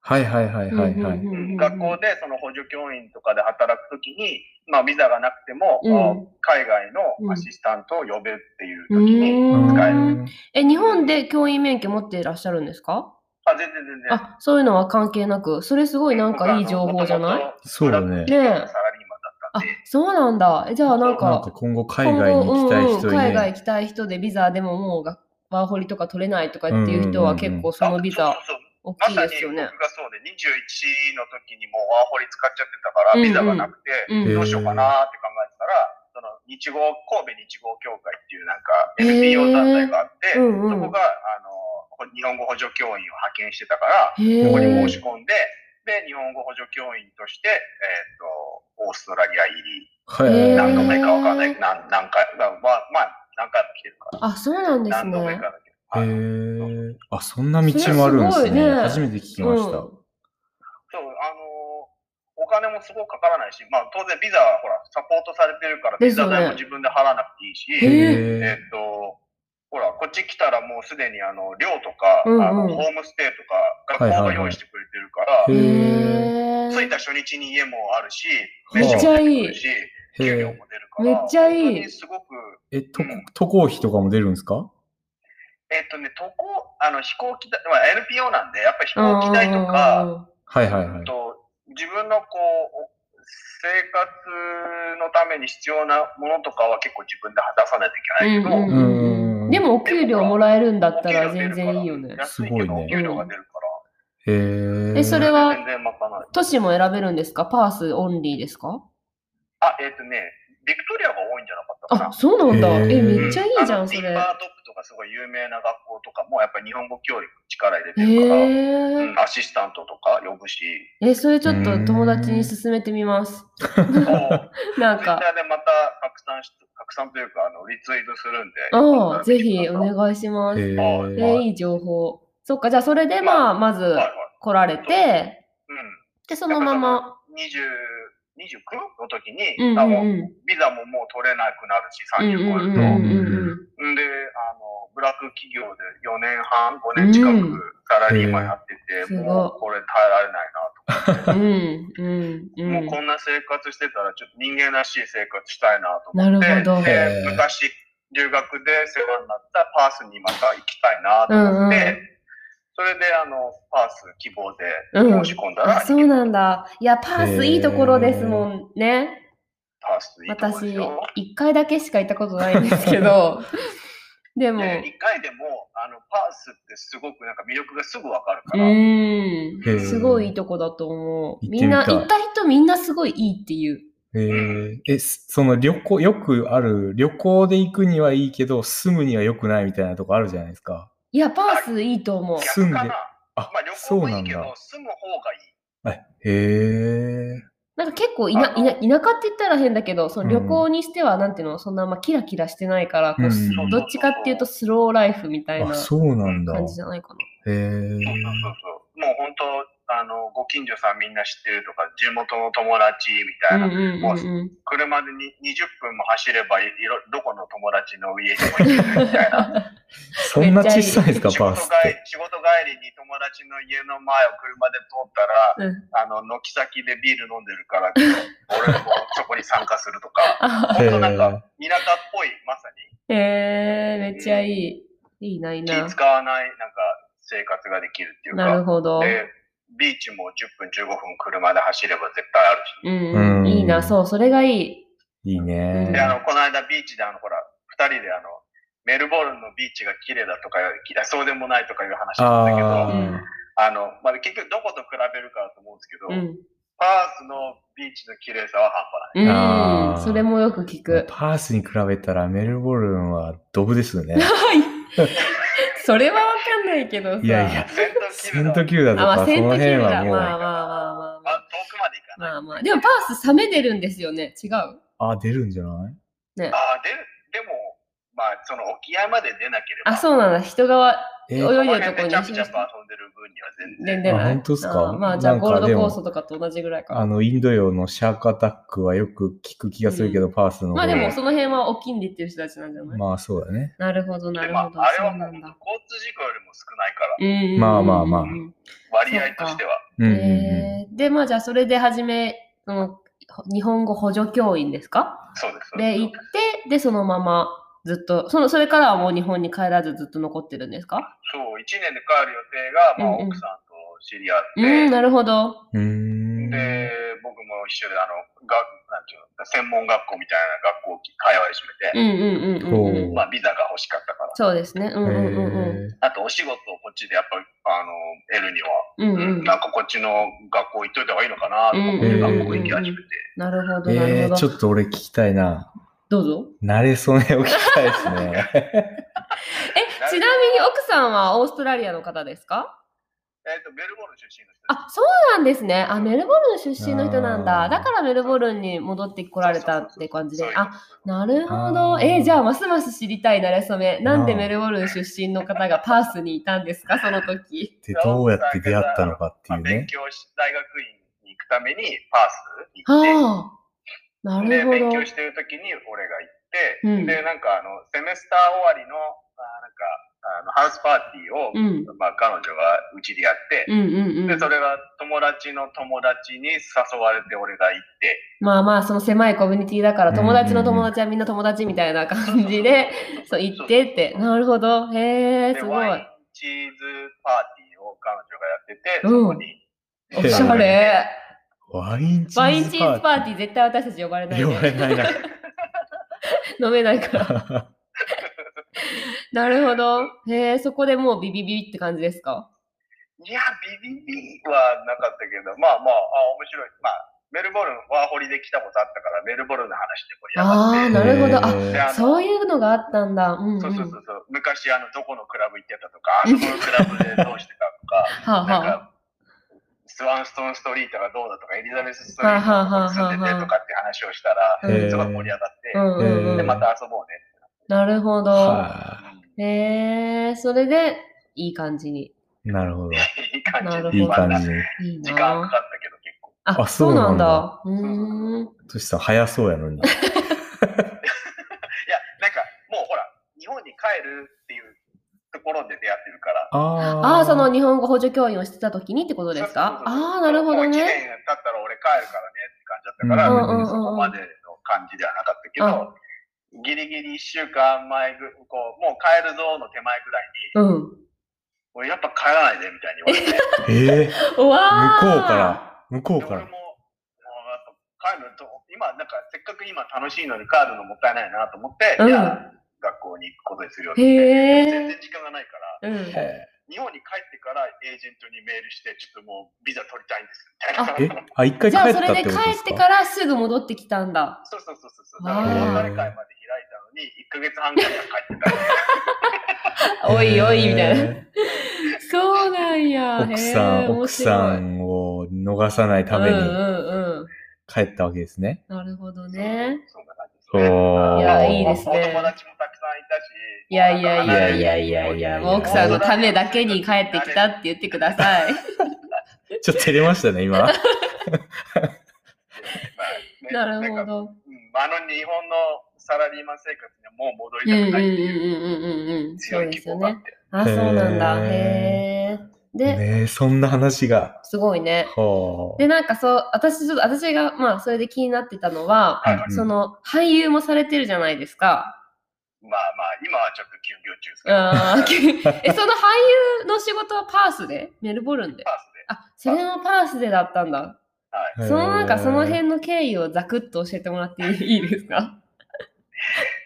Speaker 2: はいはいはいはいは
Speaker 1: うん
Speaker 2: い。
Speaker 1: うんうんうん
Speaker 3: 学校でその補助教員とかで働くときに、まあ、ビザがなくても、
Speaker 1: うん
Speaker 3: あ海外
Speaker 1: うん
Speaker 3: のアシスタントを呼べっていうときに、
Speaker 1: うん
Speaker 3: 使える。
Speaker 1: え、日本で教員免許持っていらっしゃるんですか
Speaker 3: あ、全然全然。
Speaker 1: あ、そういうのは関係なく。それすごいなんかいい情報じゃない
Speaker 2: そうだね
Speaker 3: 僕はあの元々ブラッ
Speaker 1: ねえ
Speaker 3: ク企業のサラリーマンだった
Speaker 1: あ
Speaker 3: んで、、
Speaker 1: そうなんだ。え、じゃあなん
Speaker 2: なんか
Speaker 1: か、
Speaker 2: 今後海外に行きたい
Speaker 1: 今後
Speaker 2: 人
Speaker 1: う
Speaker 2: に
Speaker 1: んうん海外
Speaker 2: ね
Speaker 1: 行。きたい人でビザでももうがワーホリとか取れないとかっていう人は結構そのビザ
Speaker 3: あそうそうそう
Speaker 1: 大
Speaker 3: ま
Speaker 1: きい
Speaker 3: さ
Speaker 1: で
Speaker 3: に
Speaker 1: すよ
Speaker 3: 僕
Speaker 1: ね。
Speaker 3: がそうで、21の時にもうワーホリ使っちゃってたから、ビザがなくて、
Speaker 1: うん
Speaker 2: へー
Speaker 3: どうしようかなって考えてたら、その日豪、神戸日豪協会っていうなん
Speaker 1: へー
Speaker 3: か NPO 団体があって、
Speaker 1: うんうん
Speaker 3: そこが、あの、ほ日本語補助教員を派遣してたから、
Speaker 1: へ
Speaker 2: こ
Speaker 3: ここに
Speaker 1: ー
Speaker 3: 申し込んで、で、日本語補助教員として、えっ、と、オーストラリア入り、
Speaker 1: へー
Speaker 3: 何度
Speaker 2: は
Speaker 3: 目かわかんな
Speaker 1: へ
Speaker 3: い、
Speaker 1: ー
Speaker 3: 何何回、まあ、まあまあ、何回も来てるから。
Speaker 1: あ、そうなんです
Speaker 3: 何度
Speaker 1: ね
Speaker 3: 目か。だ
Speaker 2: い。
Speaker 3: けど。
Speaker 2: へ
Speaker 3: はい
Speaker 2: ーあ、そんな道もあるんで
Speaker 1: それすごい
Speaker 2: す
Speaker 1: ね
Speaker 2: ね。初めて聞きまし
Speaker 1: う。ん
Speaker 2: た
Speaker 3: そう、あのーお金もすごくかからないし、まあ当然ビザはほら、サポートされてるから、
Speaker 1: で
Speaker 3: ビ
Speaker 1: すよ
Speaker 3: ザ
Speaker 1: ね
Speaker 3: 代も自分で払わなくていいし、
Speaker 1: へえ
Speaker 3: えっと、ほら、こっち来たらもうすでにあの、寮とか、
Speaker 1: うんうん
Speaker 3: あのホームステイとか、
Speaker 2: はいは
Speaker 3: 学
Speaker 2: い
Speaker 3: 校
Speaker 2: は
Speaker 3: が
Speaker 2: い
Speaker 3: 用意してくれてるから、
Speaker 2: へ
Speaker 1: へー
Speaker 3: 着いた初日に家もあるし、
Speaker 2: はあ
Speaker 3: 飯も出てくるし、
Speaker 2: へ
Speaker 3: 給料
Speaker 2: え
Speaker 3: も出るから、
Speaker 1: めっちゃいい
Speaker 3: 本当にすごく、
Speaker 2: え、と、渡航費とかも出るんですか
Speaker 3: えっとね、渡航、あの、飛行機代、まあ、LPO なんで、やっぱり飛行機代とか、
Speaker 2: はいはいはい。
Speaker 3: と自分のこう生活のために必要なものとかは結構自分で果たさないといけないけど、
Speaker 1: うんうんうんうんでもお給料もらえるんだったら全然いいよね。
Speaker 3: 安い
Speaker 2: すご
Speaker 3: け
Speaker 2: い
Speaker 3: ど
Speaker 2: ね
Speaker 3: お給料が出るか
Speaker 2: へえ。
Speaker 1: えそれは
Speaker 3: ら、全然賄える。
Speaker 1: 都市も選べるんですかパースオンリーですか
Speaker 3: あ、えっ、とね、ビクトリアが多いんじゃなかったか
Speaker 1: あ
Speaker 3: な。
Speaker 1: そうなんだ。
Speaker 2: へー
Speaker 1: えめっちゃいいじゃ
Speaker 3: あ
Speaker 1: ん
Speaker 3: の
Speaker 1: そ
Speaker 3: ティン
Speaker 1: れ。
Speaker 3: バートップとかすごい有名な学校とかもやっぱり日本語教育力入れてるから、
Speaker 1: へ
Speaker 3: う
Speaker 1: え
Speaker 3: んアシスタントとか呼ぶし、
Speaker 1: えそれちょっと友達に勧めてみます。
Speaker 3: そう、ツイッタ
Speaker 1: なんか
Speaker 3: ーでまた拡散し、拡散というか、あの、リツイートするんで。
Speaker 1: うんぜひお願いします。
Speaker 2: へ
Speaker 1: え
Speaker 2: ー
Speaker 1: ーいい情報。そっかじゃあそれでまあまず
Speaker 3: はいはい。
Speaker 1: 来られて
Speaker 3: うん。
Speaker 1: でそのまま。
Speaker 3: 20 29の時に、
Speaker 1: うんうん
Speaker 3: あもう
Speaker 1: うん
Speaker 3: ビザももう取れなくなるし、
Speaker 1: うんうん
Speaker 3: 30超
Speaker 1: う
Speaker 3: える
Speaker 1: ん
Speaker 3: と。
Speaker 1: うんん
Speaker 3: んで、あの、ブラック企業で4年半、5年近
Speaker 1: うん
Speaker 3: くサラリーマンやってて、
Speaker 1: へえ
Speaker 3: もうこれ耐えられない
Speaker 1: うんうんうんう
Speaker 3: なと。も
Speaker 1: ん
Speaker 3: うこんな生活してたら、ちょっと人間らしい生活したいなと
Speaker 1: なる
Speaker 3: 思って。
Speaker 1: ほど。
Speaker 2: へ
Speaker 3: で、昔、留学で世話になったパースにまた行きたいなと思って、
Speaker 1: うんう
Speaker 3: それで、あの、パース希望で
Speaker 1: うん
Speaker 3: 申し込んだら、
Speaker 1: あそうなんだ。いや、パースいいところですもんね。
Speaker 3: パースいいとこです
Speaker 1: 私
Speaker 3: よ。、
Speaker 1: 一回だけしか行ったことないんですけど、でも、
Speaker 3: で、
Speaker 1: う
Speaker 3: 一回でも、あの、パースってすごくなんか魅力がすぐわかるか
Speaker 2: へ
Speaker 3: ら、
Speaker 1: ー
Speaker 2: ー
Speaker 1: ん、すごいいいとこだと思う。
Speaker 2: 行っ
Speaker 1: み
Speaker 2: て
Speaker 1: ん
Speaker 2: み
Speaker 1: な、
Speaker 2: たい
Speaker 1: 行った人みんなすごいいいっていう。
Speaker 2: へえ。え、その旅行、よくある、旅行で行くにはいいけど、住むには良くないみたいなとこあるじゃないですか。
Speaker 1: いや、パースいいと思う。
Speaker 2: 住んで
Speaker 3: 逆かな。
Speaker 2: あ
Speaker 3: まあ、旅行
Speaker 2: そう
Speaker 3: もい
Speaker 2: ないん
Speaker 3: けど
Speaker 2: だ。、
Speaker 3: 住む方がいい。
Speaker 2: へえ。
Speaker 1: なんか結構いな
Speaker 3: あの
Speaker 1: いな田舎って言ったら変だけど、その旅行にしては、なんていうの、そんなまあキラキラしてないから、こう
Speaker 2: うん
Speaker 1: どっちかっていうとスローライフみたいな
Speaker 2: あ、そうなんだ。
Speaker 1: 感じじゃないかな。
Speaker 2: へ
Speaker 3: そうそう
Speaker 2: え。
Speaker 3: そうそう。もう本当、あの、ご近所さんみんな知ってるとか、地元の友達みた
Speaker 1: う
Speaker 3: い
Speaker 1: ん
Speaker 3: な。
Speaker 1: うんうんうん。
Speaker 3: 車でに20分も走ればいいろ、どこの友達の家にも行けるみたいな。
Speaker 2: そんな小さい ですか、
Speaker 3: 仕
Speaker 2: パース
Speaker 3: 事
Speaker 2: っ
Speaker 3: 帰
Speaker 2: て。
Speaker 3: 仕事帰りに友達の家の前を車で通った ら、
Speaker 1: うん
Speaker 3: あの、軒先でビール飲んでる から、俺もそこに参加するとか、
Speaker 1: あ
Speaker 3: 本当なんか、田舎っぽい、まさに。
Speaker 1: へえー、めっちゃいい。いいな、いい
Speaker 3: 気
Speaker 1: な。
Speaker 3: 使わない、なんか、生活ができるっていう
Speaker 1: なる
Speaker 3: か。
Speaker 1: ほど。
Speaker 3: で、ビーチも10分、15分車で走れば絶対あるし。
Speaker 1: うん、
Speaker 2: うん
Speaker 1: いいな、そう、それがいい。
Speaker 2: いい
Speaker 1: うん
Speaker 2: ね
Speaker 3: で、。あの、この間ビーチで、あの、ほら、二人であの、メルボルンのビーチが綺麗だとか、きそうでもないとかいう話なんだけど、
Speaker 2: あー
Speaker 3: あの、まあ、結局どこと比べるかだと思うんですけど、
Speaker 1: うん。
Speaker 3: パースのビーチの綺麗さは半端ない。
Speaker 1: うん
Speaker 2: あ、ー
Speaker 1: それもよく聞く。
Speaker 2: パースに比べたらメルボルンはドブですよね。
Speaker 1: それはわかんないけどさ。
Speaker 2: いやいや、
Speaker 3: セントキ
Speaker 2: セ
Speaker 3: ル
Speaker 2: ン
Speaker 3: ダ
Speaker 2: トキューダ
Speaker 1: あ、
Speaker 2: とか、
Speaker 1: まあ、
Speaker 2: そ
Speaker 1: セン
Speaker 2: の
Speaker 1: トキ
Speaker 2: 辺
Speaker 1: ル
Speaker 2: は
Speaker 1: だ。まあ
Speaker 2: もう、
Speaker 1: まあまあま
Speaker 3: ま
Speaker 1: あ
Speaker 3: あ、遠くまで行か
Speaker 1: まあ。
Speaker 3: ない。
Speaker 1: まあまあ。でも、パース、サメ出るんですよね。違う。
Speaker 2: あ、出るんじゃない
Speaker 1: ね。
Speaker 3: ああ、で、でも、まあ、その沖合まで出なければ。
Speaker 1: あ、そうなんだ。人が
Speaker 2: え
Speaker 1: 泳いで
Speaker 3: この
Speaker 1: ると
Speaker 3: 辺
Speaker 1: こ
Speaker 3: で
Speaker 1: に
Speaker 3: ジャンプジャンプ遊んでる分には全
Speaker 1: 全
Speaker 3: 然。
Speaker 1: 然
Speaker 2: あ
Speaker 1: ない。
Speaker 2: 本当っすか
Speaker 1: あーまあ、じゃあ、
Speaker 2: なん
Speaker 1: ゴ
Speaker 2: か
Speaker 1: ールド
Speaker 2: でも
Speaker 1: コーストとかと同じぐらい
Speaker 2: あ
Speaker 1: か。
Speaker 2: の、インド洋のシャークアタックはよく聞く気がするけど、
Speaker 1: う
Speaker 2: パースの方
Speaker 1: まあ、
Speaker 2: が。
Speaker 1: でも、その辺は大きいんで言ってる人たちなんじゃない
Speaker 2: まあ、そうだね。
Speaker 1: なるほど、な
Speaker 3: で
Speaker 1: る
Speaker 3: ま
Speaker 1: ほ
Speaker 3: あ
Speaker 1: ど。、
Speaker 3: あれ
Speaker 1: そ
Speaker 3: は
Speaker 1: う
Speaker 3: も
Speaker 1: な
Speaker 3: うん
Speaker 1: だ。
Speaker 3: 交通事故よりも少ないから、
Speaker 1: うんうんうんうん
Speaker 2: まあまあまあ
Speaker 3: 割合としては。
Speaker 2: うんうんうん。
Speaker 1: えーで、まあじゃあそれで初め、その日本語補助教員ですか
Speaker 3: そうです。そう
Speaker 1: で、行っ
Speaker 3: す
Speaker 1: て、で、そのままずっと、そのそれからはもう日本に帰らずずっと残ってるんですか
Speaker 3: そう、1年で帰る予定が、まあ、
Speaker 1: うんうん
Speaker 3: 奥さんと知り合っ
Speaker 1: うん、な
Speaker 3: て、
Speaker 1: るほど。
Speaker 2: うーん。
Speaker 3: で、僕も一緒で、あの、がなんていうの、専門学校みたいな学校
Speaker 1: う
Speaker 3: に通い始めて、
Speaker 1: んうんうんうんうん。
Speaker 2: ほう
Speaker 3: まあ、ビザが欲しかったから。
Speaker 1: そうですね。うんうんうん
Speaker 2: へー
Speaker 3: あと、お仕事をこっちで、やっぱり、あの、得るには、
Speaker 1: うん。う
Speaker 3: うん
Speaker 1: うん
Speaker 3: ん、なんかこっちの学校行っといた方がいいのかな、と思っ
Speaker 2: う
Speaker 3: て、
Speaker 2: ん
Speaker 3: 学校行き始めて。
Speaker 1: なるほど、な
Speaker 2: え
Speaker 1: る
Speaker 2: ー、
Speaker 1: ほ
Speaker 2: ちょ
Speaker 1: ど。
Speaker 2: っと俺聞きたいな。
Speaker 1: どうぞ。
Speaker 2: 慣れそめを聞きたいです ね。
Speaker 1: え、ちなみに奥さんはオーストラリアの方ですか
Speaker 3: えっと、メルボルン出身の人。
Speaker 1: あ、そうなんですね。あ、メルボルン出身の人なんだ。
Speaker 2: あー
Speaker 1: だからメルボルンに戻ってこられたって感じ
Speaker 3: そう
Speaker 1: で
Speaker 3: い。う
Speaker 1: あ、なるほど。
Speaker 2: あ
Speaker 1: え
Speaker 2: ー
Speaker 1: ーじゃあ、ますます知りたいなれそめ。なんで
Speaker 2: あー
Speaker 1: メルボルン出身の方がパースにいたんですか、その時。
Speaker 2: で、どうやって出会ったのかって
Speaker 3: ま
Speaker 2: い
Speaker 3: あ
Speaker 2: う
Speaker 3: 勉
Speaker 2: ね。
Speaker 3: 強し、大学院に行くためにパース行って、
Speaker 1: ああ。な
Speaker 3: で、
Speaker 1: るほ
Speaker 3: 勉
Speaker 1: ど
Speaker 3: 強。してる時に俺が行って、
Speaker 1: うん
Speaker 3: で、なんかあの、セメスター終わりの、あなんか、あのハウスパーティーを、
Speaker 1: うん。
Speaker 3: まあ彼女がうちでやって、
Speaker 1: うんうんう
Speaker 3: で、
Speaker 1: ん
Speaker 3: そ。れが友達の友達に誘われて俺が行って、
Speaker 1: まあまあ、その狭いコミュニティだから、
Speaker 2: うんうんう
Speaker 1: 友
Speaker 2: ん
Speaker 1: 達の友達はみんな友達みたいな感じで、 そう、行ってって。なるほど。へえ、
Speaker 3: です
Speaker 1: ごい。
Speaker 3: ワインチーズパーティーを彼女がやってて、
Speaker 1: う
Speaker 3: そ
Speaker 1: ん
Speaker 3: こに、
Speaker 1: おしゃれ。
Speaker 2: ワインチーズ
Speaker 1: ワインチーズパーテ
Speaker 2: ィ
Speaker 1: ィー絶対私たち呼ばれないね、
Speaker 2: 呼ばれないな。
Speaker 1: 飲めないから。なるほど。へえ、そこでもうビビビって感じですか。
Speaker 3: いや、ビビビはなかったけど、まあまあ、あ面白い。まあ、メルボルン、ワーホリで来たことあったから、メルボルンの話で盛り上がって。
Speaker 1: ああ、 なるほど。あ、
Speaker 2: へー
Speaker 3: であの
Speaker 1: そういうのがあったんだ。うん、うん。
Speaker 3: そうそうそうそう。昔、あの、どこのクラブ行ってたとか、あそこのクラブでどうしてたとか、
Speaker 1: はあ、
Speaker 3: なん
Speaker 1: は あ、
Speaker 3: か、スワンストンストリートがどうだとか、エリザベスストリート
Speaker 1: はあ
Speaker 3: が
Speaker 1: はあはあはあ
Speaker 3: どこに住んでてとかって話をしたら、
Speaker 1: へー
Speaker 3: すごい盛り上がって
Speaker 1: う、んうん、
Speaker 2: え
Speaker 3: で、
Speaker 1: う
Speaker 2: ー
Speaker 1: ん
Speaker 3: ま。た遊ぼうねってな
Speaker 1: な
Speaker 3: って。
Speaker 1: るほど。
Speaker 2: はあ
Speaker 1: へえ、それで、いい感じに。
Speaker 2: なるほど。
Speaker 3: いい感じ
Speaker 1: なるほど
Speaker 2: いい感じ。
Speaker 1: いい
Speaker 3: 時間か
Speaker 1: な
Speaker 3: かったけど、結構。
Speaker 1: あ。あ、
Speaker 2: あ
Speaker 1: そ
Speaker 2: そうう
Speaker 1: な
Speaker 2: なんん
Speaker 1: だ
Speaker 2: だ。
Speaker 1: うーん。
Speaker 2: トシさん、早そうやのに。
Speaker 3: いや、なんか、もうほら、日本に帰るっていうところで出会ってるから、
Speaker 1: あ
Speaker 2: あ
Speaker 1: あ、その日本語補助教員をしてた時にってことです
Speaker 3: そう
Speaker 1: か
Speaker 3: そうそう
Speaker 1: ああ、なるほど
Speaker 3: もう1
Speaker 1: ね。
Speaker 3: 年経ったら俺帰るからねって感じだったから、
Speaker 2: うん
Speaker 3: 別にそこまでの感じではなかったけど、ギリギリ1週間前ぐ、こう、もう帰るぞの手前ぐらいに、
Speaker 1: うん。
Speaker 3: 俺やっぱ帰らないでみたいに言わ
Speaker 2: え
Speaker 3: れて、
Speaker 2: え
Speaker 1: うわ
Speaker 2: 向
Speaker 1: ー
Speaker 2: こうから、向こう
Speaker 3: で
Speaker 2: か
Speaker 3: 俺
Speaker 2: ら。
Speaker 3: も、もうやっぱ帰ると、今、なんかせっかく今楽しいのに帰るのもったいないなと思って、
Speaker 1: うん
Speaker 3: じゃあ学校に行くことにするようにして、
Speaker 1: へ
Speaker 3: 全
Speaker 1: え。
Speaker 3: 然時間がないから、
Speaker 1: うん。
Speaker 2: え
Speaker 3: 日本に帰ってからエージェントにメールして、ちょっともうビザ取りたいんです
Speaker 1: あ
Speaker 3: みたいな。
Speaker 2: あ、一回
Speaker 1: じ
Speaker 2: 帰
Speaker 1: ゃあ、
Speaker 2: っ
Speaker 1: そ
Speaker 2: たっ
Speaker 1: れで
Speaker 2: て
Speaker 1: 帰
Speaker 2: ことです
Speaker 1: って
Speaker 2: か
Speaker 1: からすぐ戻ってきたんだ。
Speaker 3: そうそうそうそう。だ
Speaker 1: わ
Speaker 3: か
Speaker 1: あ
Speaker 3: ら忘年会まで開いたのに、1ヶ月半ぐらいは帰ってた。
Speaker 1: おいおい、みたい な。
Speaker 2: な。
Speaker 1: そうなんや。
Speaker 2: 奥さ
Speaker 1: へ
Speaker 2: ん、
Speaker 1: ー
Speaker 2: 奥さ。
Speaker 1: 面
Speaker 2: んを逃さないた
Speaker 1: 白
Speaker 2: め
Speaker 1: い
Speaker 2: に
Speaker 1: うんうんうん。
Speaker 2: 帰ったわけですね。
Speaker 1: なるほどね。
Speaker 3: そんな感じです
Speaker 2: お
Speaker 3: ね。
Speaker 2: ー
Speaker 1: いやいいですね
Speaker 3: お友達もたくさんいたし。
Speaker 1: いやいやいやい
Speaker 3: や。
Speaker 1: やいやいや、もう奥
Speaker 2: い
Speaker 1: さ
Speaker 2: やいやいや
Speaker 1: んのためだけに帰ってきたって言ってください。
Speaker 2: ちょっと照れましたね、今。
Speaker 3: まあね
Speaker 1: なるほ
Speaker 3: んか
Speaker 1: ど。
Speaker 3: うんあの日本のサラリーマン生活にはもう戻
Speaker 1: うんうんう
Speaker 3: り
Speaker 1: ん
Speaker 3: た
Speaker 1: うん
Speaker 3: くないっていう
Speaker 1: うんうんうん。そ
Speaker 3: 強
Speaker 1: う
Speaker 3: い
Speaker 1: で
Speaker 3: 希
Speaker 1: すよ
Speaker 3: 望があっ
Speaker 1: ね。
Speaker 3: て。
Speaker 1: あ、そうなんだ。へ
Speaker 2: へ
Speaker 1: え。で、
Speaker 2: ねえ、そんな話が。
Speaker 1: すごいね。
Speaker 2: は
Speaker 1: で、なんかそう、私、ちょっと、私が、まあ、それで気になってたのは、
Speaker 3: はいはい
Speaker 1: その、俳優もされてるじゃないですか。
Speaker 3: まあまあ、今はちょっと休業中ですけ
Speaker 1: うん。
Speaker 3: ど、
Speaker 1: え、その俳優の仕事はパースでメルボルンで
Speaker 3: パースで。
Speaker 1: あ、それもパースでだったんだ。
Speaker 3: はい。
Speaker 2: うん
Speaker 1: そのなんかその辺の経緯をざくっと教えてもらっていいですか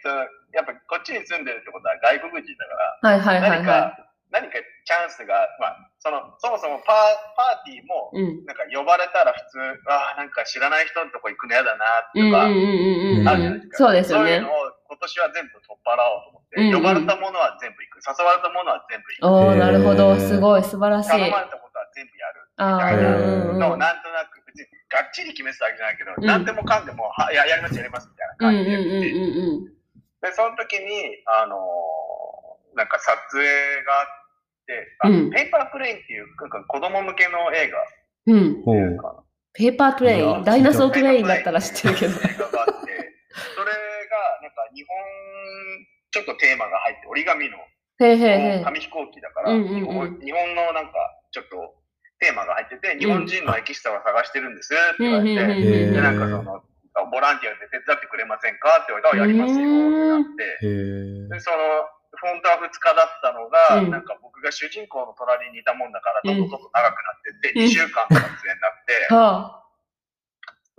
Speaker 3: そのやっぱこっちに住んでるってことは外国人だから、
Speaker 1: はいはいはい
Speaker 3: 何
Speaker 1: は
Speaker 3: か、何かチャンスが、まあ、その、そもそもパー、パーティーも、
Speaker 1: い。うん。
Speaker 3: なんか呼ばれたら普通、ああ、なんか知らない人のとこ行くの嫌だな、
Speaker 1: うん
Speaker 3: と
Speaker 1: うん
Speaker 3: か、
Speaker 1: うんうんうん
Speaker 3: ある
Speaker 1: う
Speaker 3: じゃない
Speaker 1: ん
Speaker 3: で。すか。
Speaker 1: そうですよ
Speaker 3: そうい
Speaker 1: ね
Speaker 3: うの。を今年は全部取っ払おうと思って、
Speaker 1: うんうん
Speaker 3: 呼ばれたものは全部行く、誘われたものは全部行く、
Speaker 1: おおなるほど。
Speaker 2: へー
Speaker 1: すごい、素晴らしい。
Speaker 3: 頼まれたことは全部やる。
Speaker 1: ああ、う
Speaker 2: へ
Speaker 1: ん
Speaker 2: ー
Speaker 1: うんうん。
Speaker 3: のをなんとなく、別にがっちり決めてたわけじゃないけど、
Speaker 1: ん
Speaker 3: 何でもかんでも、はいや、やります、やります、みたいな
Speaker 1: うんうん
Speaker 3: 感じで。
Speaker 1: うんうん
Speaker 3: で、その時に、あのーなんか撮影があって、あ
Speaker 1: うん
Speaker 3: ペーパープレインっていう、なんか子供向けの映画っ
Speaker 1: うん。うん。
Speaker 2: ほ
Speaker 3: ていう
Speaker 2: う。
Speaker 3: か
Speaker 1: ペーパートレイ
Speaker 2: いや
Speaker 1: ン、ダイナソー
Speaker 3: ペ
Speaker 1: ト
Speaker 3: ーパー
Speaker 1: レ
Speaker 3: プ
Speaker 1: インだったら知って るけど。
Speaker 3: 映画があって、それが、なんか日本、ちょっとテーマが入って、折り紙の、
Speaker 1: へーへーへー
Speaker 3: 紙飛行機だから、
Speaker 1: うんうんうん
Speaker 3: 日本日本のなんか、ちょっとテーマが入ってて、日本人のエキストラを探してるんですって言わ
Speaker 1: う
Speaker 3: れ
Speaker 1: んうんうん
Speaker 3: て、
Speaker 2: へ
Speaker 3: で、
Speaker 2: ー
Speaker 3: なんかその、ボランティアで手伝ってくれませんかって言われたら、やりますよってなって、
Speaker 2: へえ。
Speaker 3: でその本当は2日だったのが、
Speaker 1: うん
Speaker 3: なんか僕が主人公の隣にいたもんだから、どんどんどんどん長くなってって、
Speaker 1: うん
Speaker 3: 2週間撮影になっ て、
Speaker 1: はあ。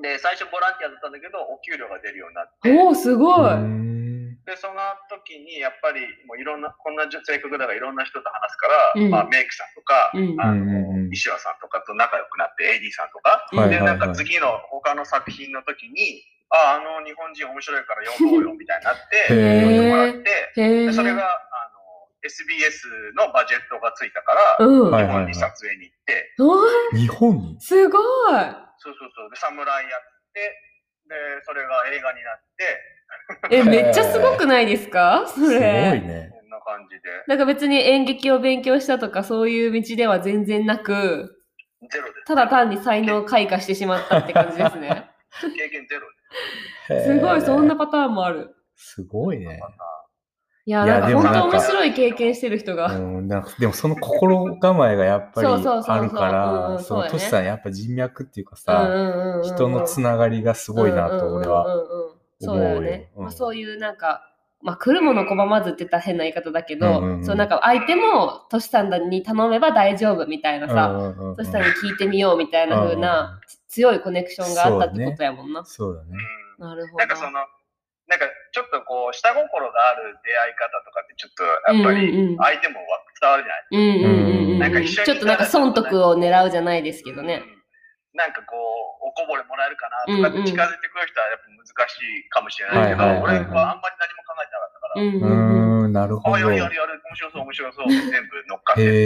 Speaker 3: で、最初ボランティアだったんだけど、お給料が出るようになって、
Speaker 1: おおすごい。
Speaker 2: うーん
Speaker 3: で、その時にやっぱり、もういろんな、こんな性格だからいろんな人と話すか
Speaker 1: う
Speaker 3: ら、
Speaker 1: ん
Speaker 3: まあ、メイクさんとか、
Speaker 1: うん
Speaker 3: あ
Speaker 2: うんうんう
Speaker 3: の、
Speaker 2: ん
Speaker 3: 石和さんとかと仲良くなって、AD さんとか、
Speaker 1: はい
Speaker 3: で、
Speaker 2: はいは
Speaker 3: ないんか次の他の作品の時に、あ、あの日本人面白いから呼ぼうよ、みたいになって、
Speaker 2: へ
Speaker 3: 呼んでもら
Speaker 1: へ
Speaker 3: っ
Speaker 1: え。
Speaker 3: て、
Speaker 1: へえ。
Speaker 3: でそれが、あの、SBS のバジェットがついたから、
Speaker 1: うん。
Speaker 2: はい
Speaker 3: 日本に撮影に行って、
Speaker 1: おー
Speaker 2: 日本に
Speaker 1: すごい。
Speaker 3: そうそうそう、で、侍やって、で、それが映画になって、
Speaker 1: え、めっちゃすごくないですかそ
Speaker 2: すごい
Speaker 1: れ。
Speaker 2: ね。
Speaker 3: こんな感じで。
Speaker 1: なんか別に演劇を勉強したとかそういう道では全然なく、
Speaker 3: ゼロです。
Speaker 1: ただ単に才能を開花してしまったって感じですね。
Speaker 3: 経験ゼロです
Speaker 1: ごい、そんな
Speaker 2: へー。
Speaker 1: パターンもある。
Speaker 2: すごいね。
Speaker 1: いや、
Speaker 2: いや
Speaker 1: なんか
Speaker 2: でも
Speaker 1: 本
Speaker 2: なん
Speaker 1: 当
Speaker 2: か
Speaker 1: 面白い経験してる人
Speaker 2: う
Speaker 1: が。
Speaker 2: ん、なんかでもその心構えがやっぱり
Speaker 1: そうそうそうそう
Speaker 2: あるか
Speaker 1: うんうん
Speaker 2: ら、そ
Speaker 1: そうだね
Speaker 2: のトシさんやっぱ人脈っていうか
Speaker 1: うん
Speaker 2: さ、
Speaker 1: うんうんうん
Speaker 2: 人のつながりがすごいなと俺は。
Speaker 1: うんうんうんうんそう
Speaker 2: 思うよ
Speaker 1: だよね。
Speaker 2: うん
Speaker 1: まあ、そういうなんか、まあ、来るもの拒まずって言ったら変な言い方だけど、
Speaker 2: うんうんうん
Speaker 1: そうなんか相手もトシさんに頼めば大丈夫みたいなさ、
Speaker 2: うんうんうん
Speaker 1: トシさんに聞いてみようみたいな風
Speaker 2: うん
Speaker 1: な、つ強いコネクションがあったってことやもんな。
Speaker 2: そうだね。
Speaker 3: うん
Speaker 1: なるほど。
Speaker 3: なんかその、なんかちょっとこう、下心がある出会い方とかってちょっとやっぱり
Speaker 1: うんうんうん
Speaker 3: 相手もわ伝わるじゃない
Speaker 1: うんうんうん
Speaker 3: なん
Speaker 1: う
Speaker 3: か
Speaker 1: ん。
Speaker 3: 一緒に
Speaker 1: ちょっとなんか損得を狙うじゃないですけどね。
Speaker 3: うんなんかこう、おこぼれもらえるかなとかって近づいてくる人はやっぱ難しいかもしれないけ
Speaker 1: う
Speaker 3: ど、
Speaker 1: んうんはいはいはい
Speaker 3: 俺はあんまり何も考えてなかったから、
Speaker 1: うんうんうん。
Speaker 2: うーん、なるほ
Speaker 3: あ、
Speaker 2: ど。
Speaker 3: や
Speaker 2: へ
Speaker 3: るやるやる、面白そう、面白そう、全部乗っかってっ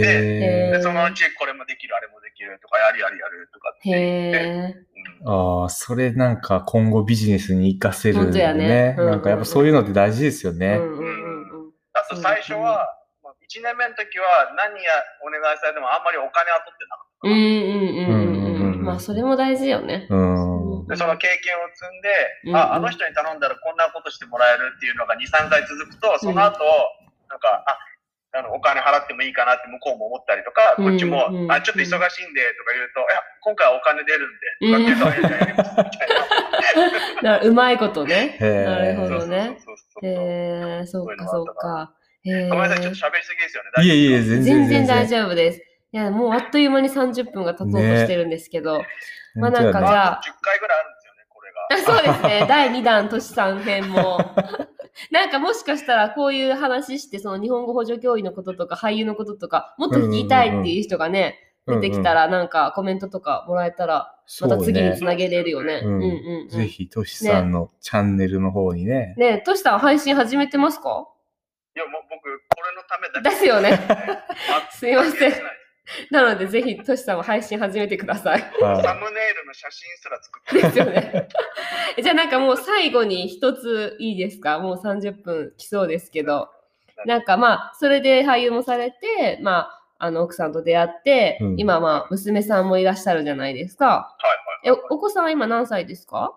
Speaker 1: へ
Speaker 2: え。
Speaker 3: て、
Speaker 1: ー
Speaker 3: でそのうちこれもできる、あれもできるとか、やるやるやるとかって言って、
Speaker 1: へえ。
Speaker 3: うん
Speaker 2: ああ、それなんか今後ビジネスに活かせる
Speaker 1: 本当やねうんうんうん
Speaker 2: なんかやっぱそういうのって大事ですよ
Speaker 1: うん
Speaker 2: ね。
Speaker 1: うんうんうん。
Speaker 3: あと最初は、1年目の時は何やお願いされてもあんまりお金は取ってなかっ
Speaker 1: うんうんうんうん
Speaker 2: うんうんう
Speaker 1: うん。
Speaker 2: ん
Speaker 1: まあそれも大事よね。
Speaker 2: うん。
Speaker 3: た。で、その経験を積んで、
Speaker 1: うん
Speaker 3: あ、あの人に頼んだらこんなことしてもらえるっていうのが2、3回続くと、その後、なんか、あ、あのお金払ってもいいかなって向こうも思ったりとか、こっちも、
Speaker 1: うんうん
Speaker 3: あ、ちょっと忙しいんでとか言うと、いや、今回はお金出るんで、とかって言うと、いやいやいやみたいな。
Speaker 1: なうまいことね。
Speaker 2: へー
Speaker 1: なるほ
Speaker 2: な
Speaker 1: どね。
Speaker 3: そうそうそうそう。
Speaker 1: へえ、そっかそっか。へ
Speaker 3: ごめんなさい、ちょっと
Speaker 1: ー
Speaker 3: 喋りすぎですよね。
Speaker 2: いえいえ、
Speaker 3: 大丈夫です
Speaker 2: 全然。
Speaker 3: か
Speaker 1: 全然大丈夫です。いや、もうあっという間に30分が経とうとしてるんですけど。まあなんか
Speaker 2: 本当
Speaker 1: え
Speaker 2: や
Speaker 1: じ
Speaker 2: ね
Speaker 1: ゃあ
Speaker 3: あと10回ぐらいあるんですよね、これが。
Speaker 1: あそうですね。 第2弾、都市さん編も。 なんかもしかしたらこういう話して、その日本語補助教員のこととか、俳優のこととか、もっと聞きたいっていう人がね、
Speaker 2: うんう
Speaker 1: 出
Speaker 2: ん
Speaker 1: てきたら、なんかコメントとかもらえたら、
Speaker 2: そ
Speaker 1: ま
Speaker 2: うね
Speaker 1: た次につなげれるよね。う
Speaker 2: うんん
Speaker 1: うんうん。
Speaker 2: ぜひ、としさんのチャンネルの方にね。
Speaker 1: ねえ、トシさん配信始めてますか
Speaker 3: いや、もう僕、これのため だけ
Speaker 1: ですよねすいません
Speaker 3: 全く関係ない
Speaker 1: なので、ぜひトシさんも配信始めてください。
Speaker 3: サ
Speaker 2: は
Speaker 3: ムネイルの写真すら作って
Speaker 1: ですよね。 じゃあなんかもう最後に一ついいですかもう30分来そうですけど。なんかまあ、それで俳優もされて、まあ、あの奥さんと出会って、
Speaker 2: うん
Speaker 1: 今まあ、娘さんもいらっしゃるじゃないですか。
Speaker 3: はい
Speaker 1: え、
Speaker 3: はい
Speaker 1: お
Speaker 3: はい。
Speaker 1: お子さんは今何歳ですか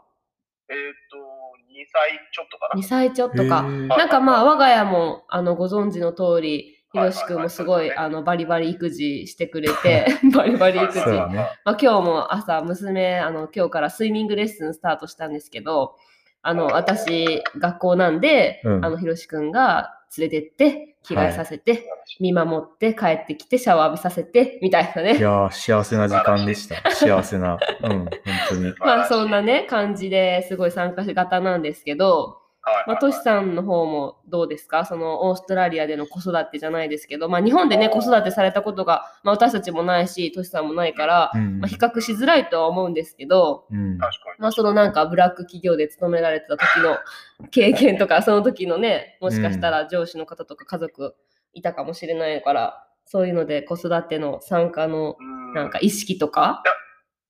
Speaker 3: えっ、と、2歳ちょっとか
Speaker 1: ?2
Speaker 3: な。
Speaker 1: 歳ちょっ
Speaker 2: い。
Speaker 1: とか。
Speaker 2: へー
Speaker 1: なんかまあ、我が家も、あの、ご存知の通り、ひろしくんもすご
Speaker 3: はい
Speaker 1: い、
Speaker 3: はいは
Speaker 1: あの、バリバリ育児してくれて、 バリバリ育児。
Speaker 2: そう
Speaker 1: ま
Speaker 2: だ
Speaker 1: あ、
Speaker 2: ね。
Speaker 1: 今日も朝、娘、あの、今日からスイミングレッスンスタートしたんですけど、あの、私、学校なんで、
Speaker 2: うん
Speaker 1: あの、ひろしくんが連れてって、着替えさせて、見守って帰ってきてシャワー浴びさせてみたいないね。
Speaker 2: やー、幸せな時間でした。幸せな。うん、本当に。
Speaker 1: まあそんなね感じですごい参加型なんですけど、
Speaker 3: はいはいはい、
Speaker 1: まあ、トシさんの方もどうですかそのオーストラリアでの子育てじゃないですけど、まあ、日本でね子育てされたことが、まあ、私たちもないしトシさんもないから、
Speaker 2: うん
Speaker 1: まあ、比較しづらいとは思うんですけど、
Speaker 2: うん。
Speaker 3: 確かに。
Speaker 1: まあ、そのなんかブラック企業で勤められてた時の 経験とかその時のねもしかしたら上司の方とか家族いたかもしれないからそういうので子育ての参加の
Speaker 3: うん
Speaker 1: なんか意識とか。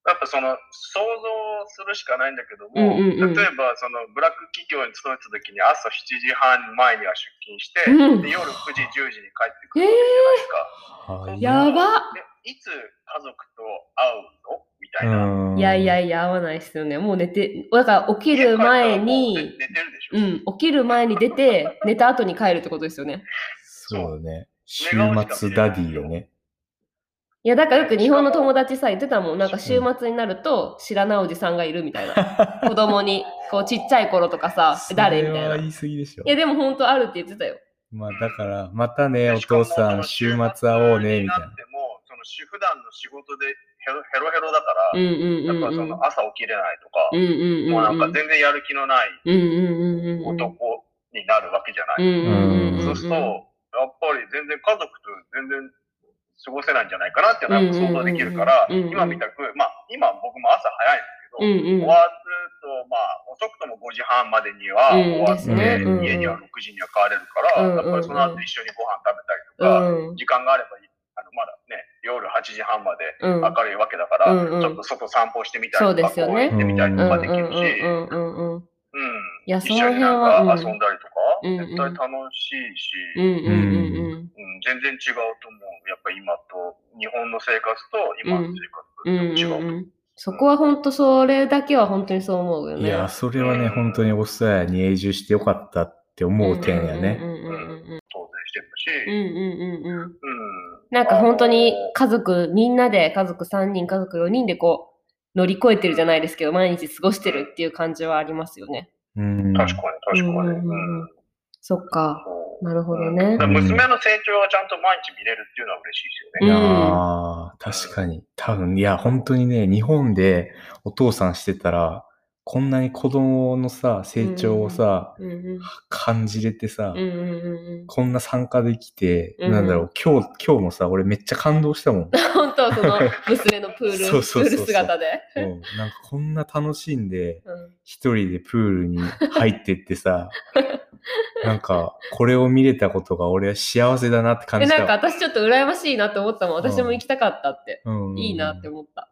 Speaker 3: やっぱその想像するしかないんだけども、
Speaker 1: うんうんうん
Speaker 3: 例えばそのブラック企業に勤めてた時に朝7時半前には出勤して、
Speaker 1: うん
Speaker 3: で夜9時10時に帰ってく
Speaker 1: え
Speaker 3: るじゃないですか、
Speaker 2: はい
Speaker 1: やば
Speaker 3: でいつ家族と会うのみたいな、
Speaker 2: うん
Speaker 1: いやいやいや、合わないですよね。もう寝て、だから起きる前
Speaker 3: 家帰
Speaker 1: に
Speaker 3: ったらもう寝、寝てるでしょ、
Speaker 1: うん、起きる前に出て、寝た後に帰るってことですよね。
Speaker 2: そうだね。週末ダディよね。
Speaker 1: いや、だからよく日本の友達さ、言ってたもん、なんか週末になると知らないおじさんがいるみたい な。子供に、こうちっちゃい頃とかさ、誰みたい
Speaker 2: それ
Speaker 1: な。
Speaker 2: はい言い過ぎでしょ。
Speaker 1: や、でも本当あるって言ってたよ。
Speaker 2: まあだから、またね、お
Speaker 3: しかも
Speaker 2: 父さん、週末会おうね、みたい
Speaker 3: その週末になっても、そのし普段の仕事でヘロヘロヘロだか
Speaker 1: う
Speaker 3: ら、
Speaker 1: ん
Speaker 3: や
Speaker 1: うんうん
Speaker 3: っぱ
Speaker 1: う
Speaker 3: そ
Speaker 1: ん。
Speaker 3: の朝起きれないとか
Speaker 1: う、んうんうんうん。
Speaker 3: もうなんか全然やる気のない
Speaker 1: うんうんうんうんうん。
Speaker 3: 男になるわけじゃ
Speaker 1: う
Speaker 3: な
Speaker 1: ん
Speaker 3: い。
Speaker 1: うんうんうん。
Speaker 3: そうすると、やっぱり全然家族と全然過ごせないんじゃないかなっていうのはやっぱ想像できるから、
Speaker 1: うんうんうんうん
Speaker 3: 今みたく、まあ今僕も朝早いんですけど、
Speaker 1: うんうん
Speaker 3: 終わると、まあ、遅くとも5時半までには
Speaker 1: うん
Speaker 3: 終わって、
Speaker 2: ですねうん
Speaker 3: 家には6時には帰れるから、
Speaker 1: うんうん
Speaker 3: やっぱりその後一緒にご飯食べたりと
Speaker 1: う
Speaker 3: か、
Speaker 1: ん
Speaker 3: 時間があればいいあのまだね、夜8時半まで
Speaker 1: うん。
Speaker 3: 明るいわけだから、
Speaker 1: うんうん
Speaker 3: ちょっと外散歩してみたり
Speaker 1: そう
Speaker 3: と
Speaker 1: で
Speaker 3: か、
Speaker 1: すよ
Speaker 3: 公
Speaker 1: ね
Speaker 3: 園行ってみたり
Speaker 1: う
Speaker 3: と
Speaker 1: ん
Speaker 3: か
Speaker 1: う
Speaker 3: で
Speaker 1: ん
Speaker 3: きるし、
Speaker 1: うんうんうんうん。
Speaker 3: うん
Speaker 1: いや
Speaker 3: 一緒になん
Speaker 1: その辺は
Speaker 3: か
Speaker 1: うん
Speaker 3: 遊んだりとか、
Speaker 1: うんうん
Speaker 3: 絶対楽しいし、
Speaker 1: う
Speaker 3: うんん
Speaker 1: うんうんうん。
Speaker 3: 全然違うと思う。やっぱ今と、日本の生活と今の生活
Speaker 1: うん
Speaker 3: 違う。
Speaker 1: うんうんそこは本当それだけは本当にそう思うよね。
Speaker 2: いや、それはね、本当にオーストラリアに永住してよかったって思う点や
Speaker 1: う
Speaker 2: ね。
Speaker 1: んうん
Speaker 3: 当然して
Speaker 1: うんうんうんう
Speaker 3: る
Speaker 1: ん
Speaker 3: し、
Speaker 1: うんうん。
Speaker 3: うん。
Speaker 1: なんか本当に
Speaker 3: あの
Speaker 1: 家族みんなで家族3人家族4人でこう乗り越えてるじゃないですけど毎日過ごしてるっていう感じはありますよね。
Speaker 2: うん。
Speaker 3: 確かに、確かに。
Speaker 1: うんうんうんそっか
Speaker 3: そう
Speaker 1: なるほど
Speaker 3: うん
Speaker 1: ね
Speaker 3: だか。ら娘の成長がちゃんと毎日見れるっていうのは嬉しいです
Speaker 1: う
Speaker 3: よ
Speaker 1: ん
Speaker 3: ね。
Speaker 2: いやー確かに。多分、いや、本当にね、日本でお父さんしてたら、こんなに子供のさ、成長をさ、
Speaker 1: うんうん
Speaker 2: 感じれてさ、
Speaker 1: うんうんうん
Speaker 2: こんな参加できて、
Speaker 1: うん
Speaker 2: なんだろう、今日、今日もさ、俺めっちゃ感 動したもん。
Speaker 1: 本当その娘のプール
Speaker 2: そうそうそうそう
Speaker 1: プール姿で。
Speaker 2: うんなんかこんな楽しんで、
Speaker 1: うん
Speaker 2: 一人でプールに入ってって さ、なんか、これを見れたことが俺は幸せだなって感
Speaker 1: え
Speaker 2: じた。
Speaker 1: なんか私ちょっと羨ましいなって思ったもん
Speaker 2: うん
Speaker 1: 私も行きたかったって、
Speaker 2: うん
Speaker 1: いいなって思った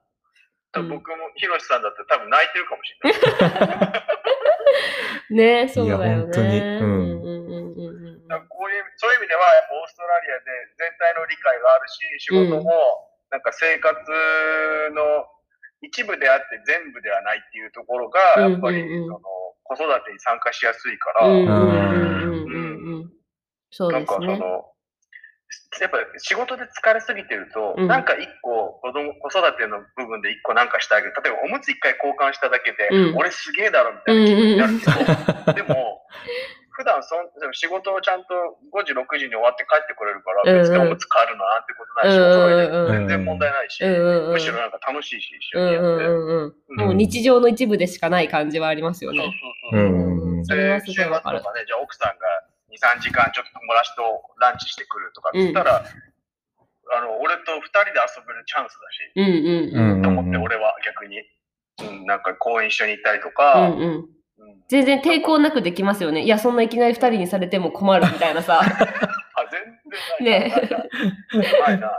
Speaker 3: 多分
Speaker 1: うん
Speaker 3: 僕も、ひろしさんだって多分泣いてるかもしれない。
Speaker 1: ねそうだよね
Speaker 2: いや本当に
Speaker 1: う
Speaker 2: うんん
Speaker 1: うんうんうんうん
Speaker 3: だからこういう、そういう意味では、やっぱオーストラリアで全体の理解があるし、仕事も、なんか生活の一部であって全部ではないっていうところが、やっぱり、
Speaker 1: うんうんうん
Speaker 3: その子育てに参加しやすいか
Speaker 1: う
Speaker 3: ら、
Speaker 1: んうんうんうんうんそう
Speaker 3: なん
Speaker 1: で
Speaker 3: か
Speaker 1: す
Speaker 3: その
Speaker 1: ね、
Speaker 3: やっぱ仕事で疲れすぎてると、
Speaker 1: うん
Speaker 3: なんか一個子供、子育ての部分で一個なんかしてあげる。例えばおむつ一回交換しただけで、
Speaker 1: うん
Speaker 3: 俺すげえだろみた
Speaker 1: う
Speaker 3: い
Speaker 1: ん
Speaker 3: な気
Speaker 1: うん
Speaker 3: に
Speaker 1: う
Speaker 3: な
Speaker 1: ん
Speaker 3: るけど、 でも、普段そんでも仕事をちゃんと5時、6時に終わって帰ってこれるから、
Speaker 1: うんうん
Speaker 3: 別におむつ変わるのなんてことないし、
Speaker 1: うんうんうん
Speaker 3: お揃いで全然問題ないし、
Speaker 1: うんうん
Speaker 3: むしろなんか楽しいし、一
Speaker 1: う
Speaker 3: 緒に
Speaker 1: ん
Speaker 3: や
Speaker 1: う
Speaker 3: って。
Speaker 1: んうんうん
Speaker 3: うん
Speaker 1: もう日常の一部でしかない感じはありますよ
Speaker 3: そうそう
Speaker 1: ね。
Speaker 3: そう。
Speaker 2: うんうんうん
Speaker 1: それはすご
Speaker 3: で週
Speaker 1: い
Speaker 3: 末と
Speaker 1: わ
Speaker 3: か
Speaker 1: か
Speaker 3: ね
Speaker 1: る。、
Speaker 3: じゃあ奥さんが2、3時間ちょっと友達とランチしてくるとかっつったら、あの俺と2人で遊べるチャンスだし、
Speaker 1: うんうん
Speaker 2: ん
Speaker 3: と思って俺は逆に、うん、なんか公園一緒に行ったりと
Speaker 1: うん。
Speaker 3: か、
Speaker 1: うんうん。
Speaker 3: うん
Speaker 1: 全然抵抗なくできますよね。いや、そんないきなり二人にされても困るみたいな さ。
Speaker 3: あ、全然ないな。ないな。ないな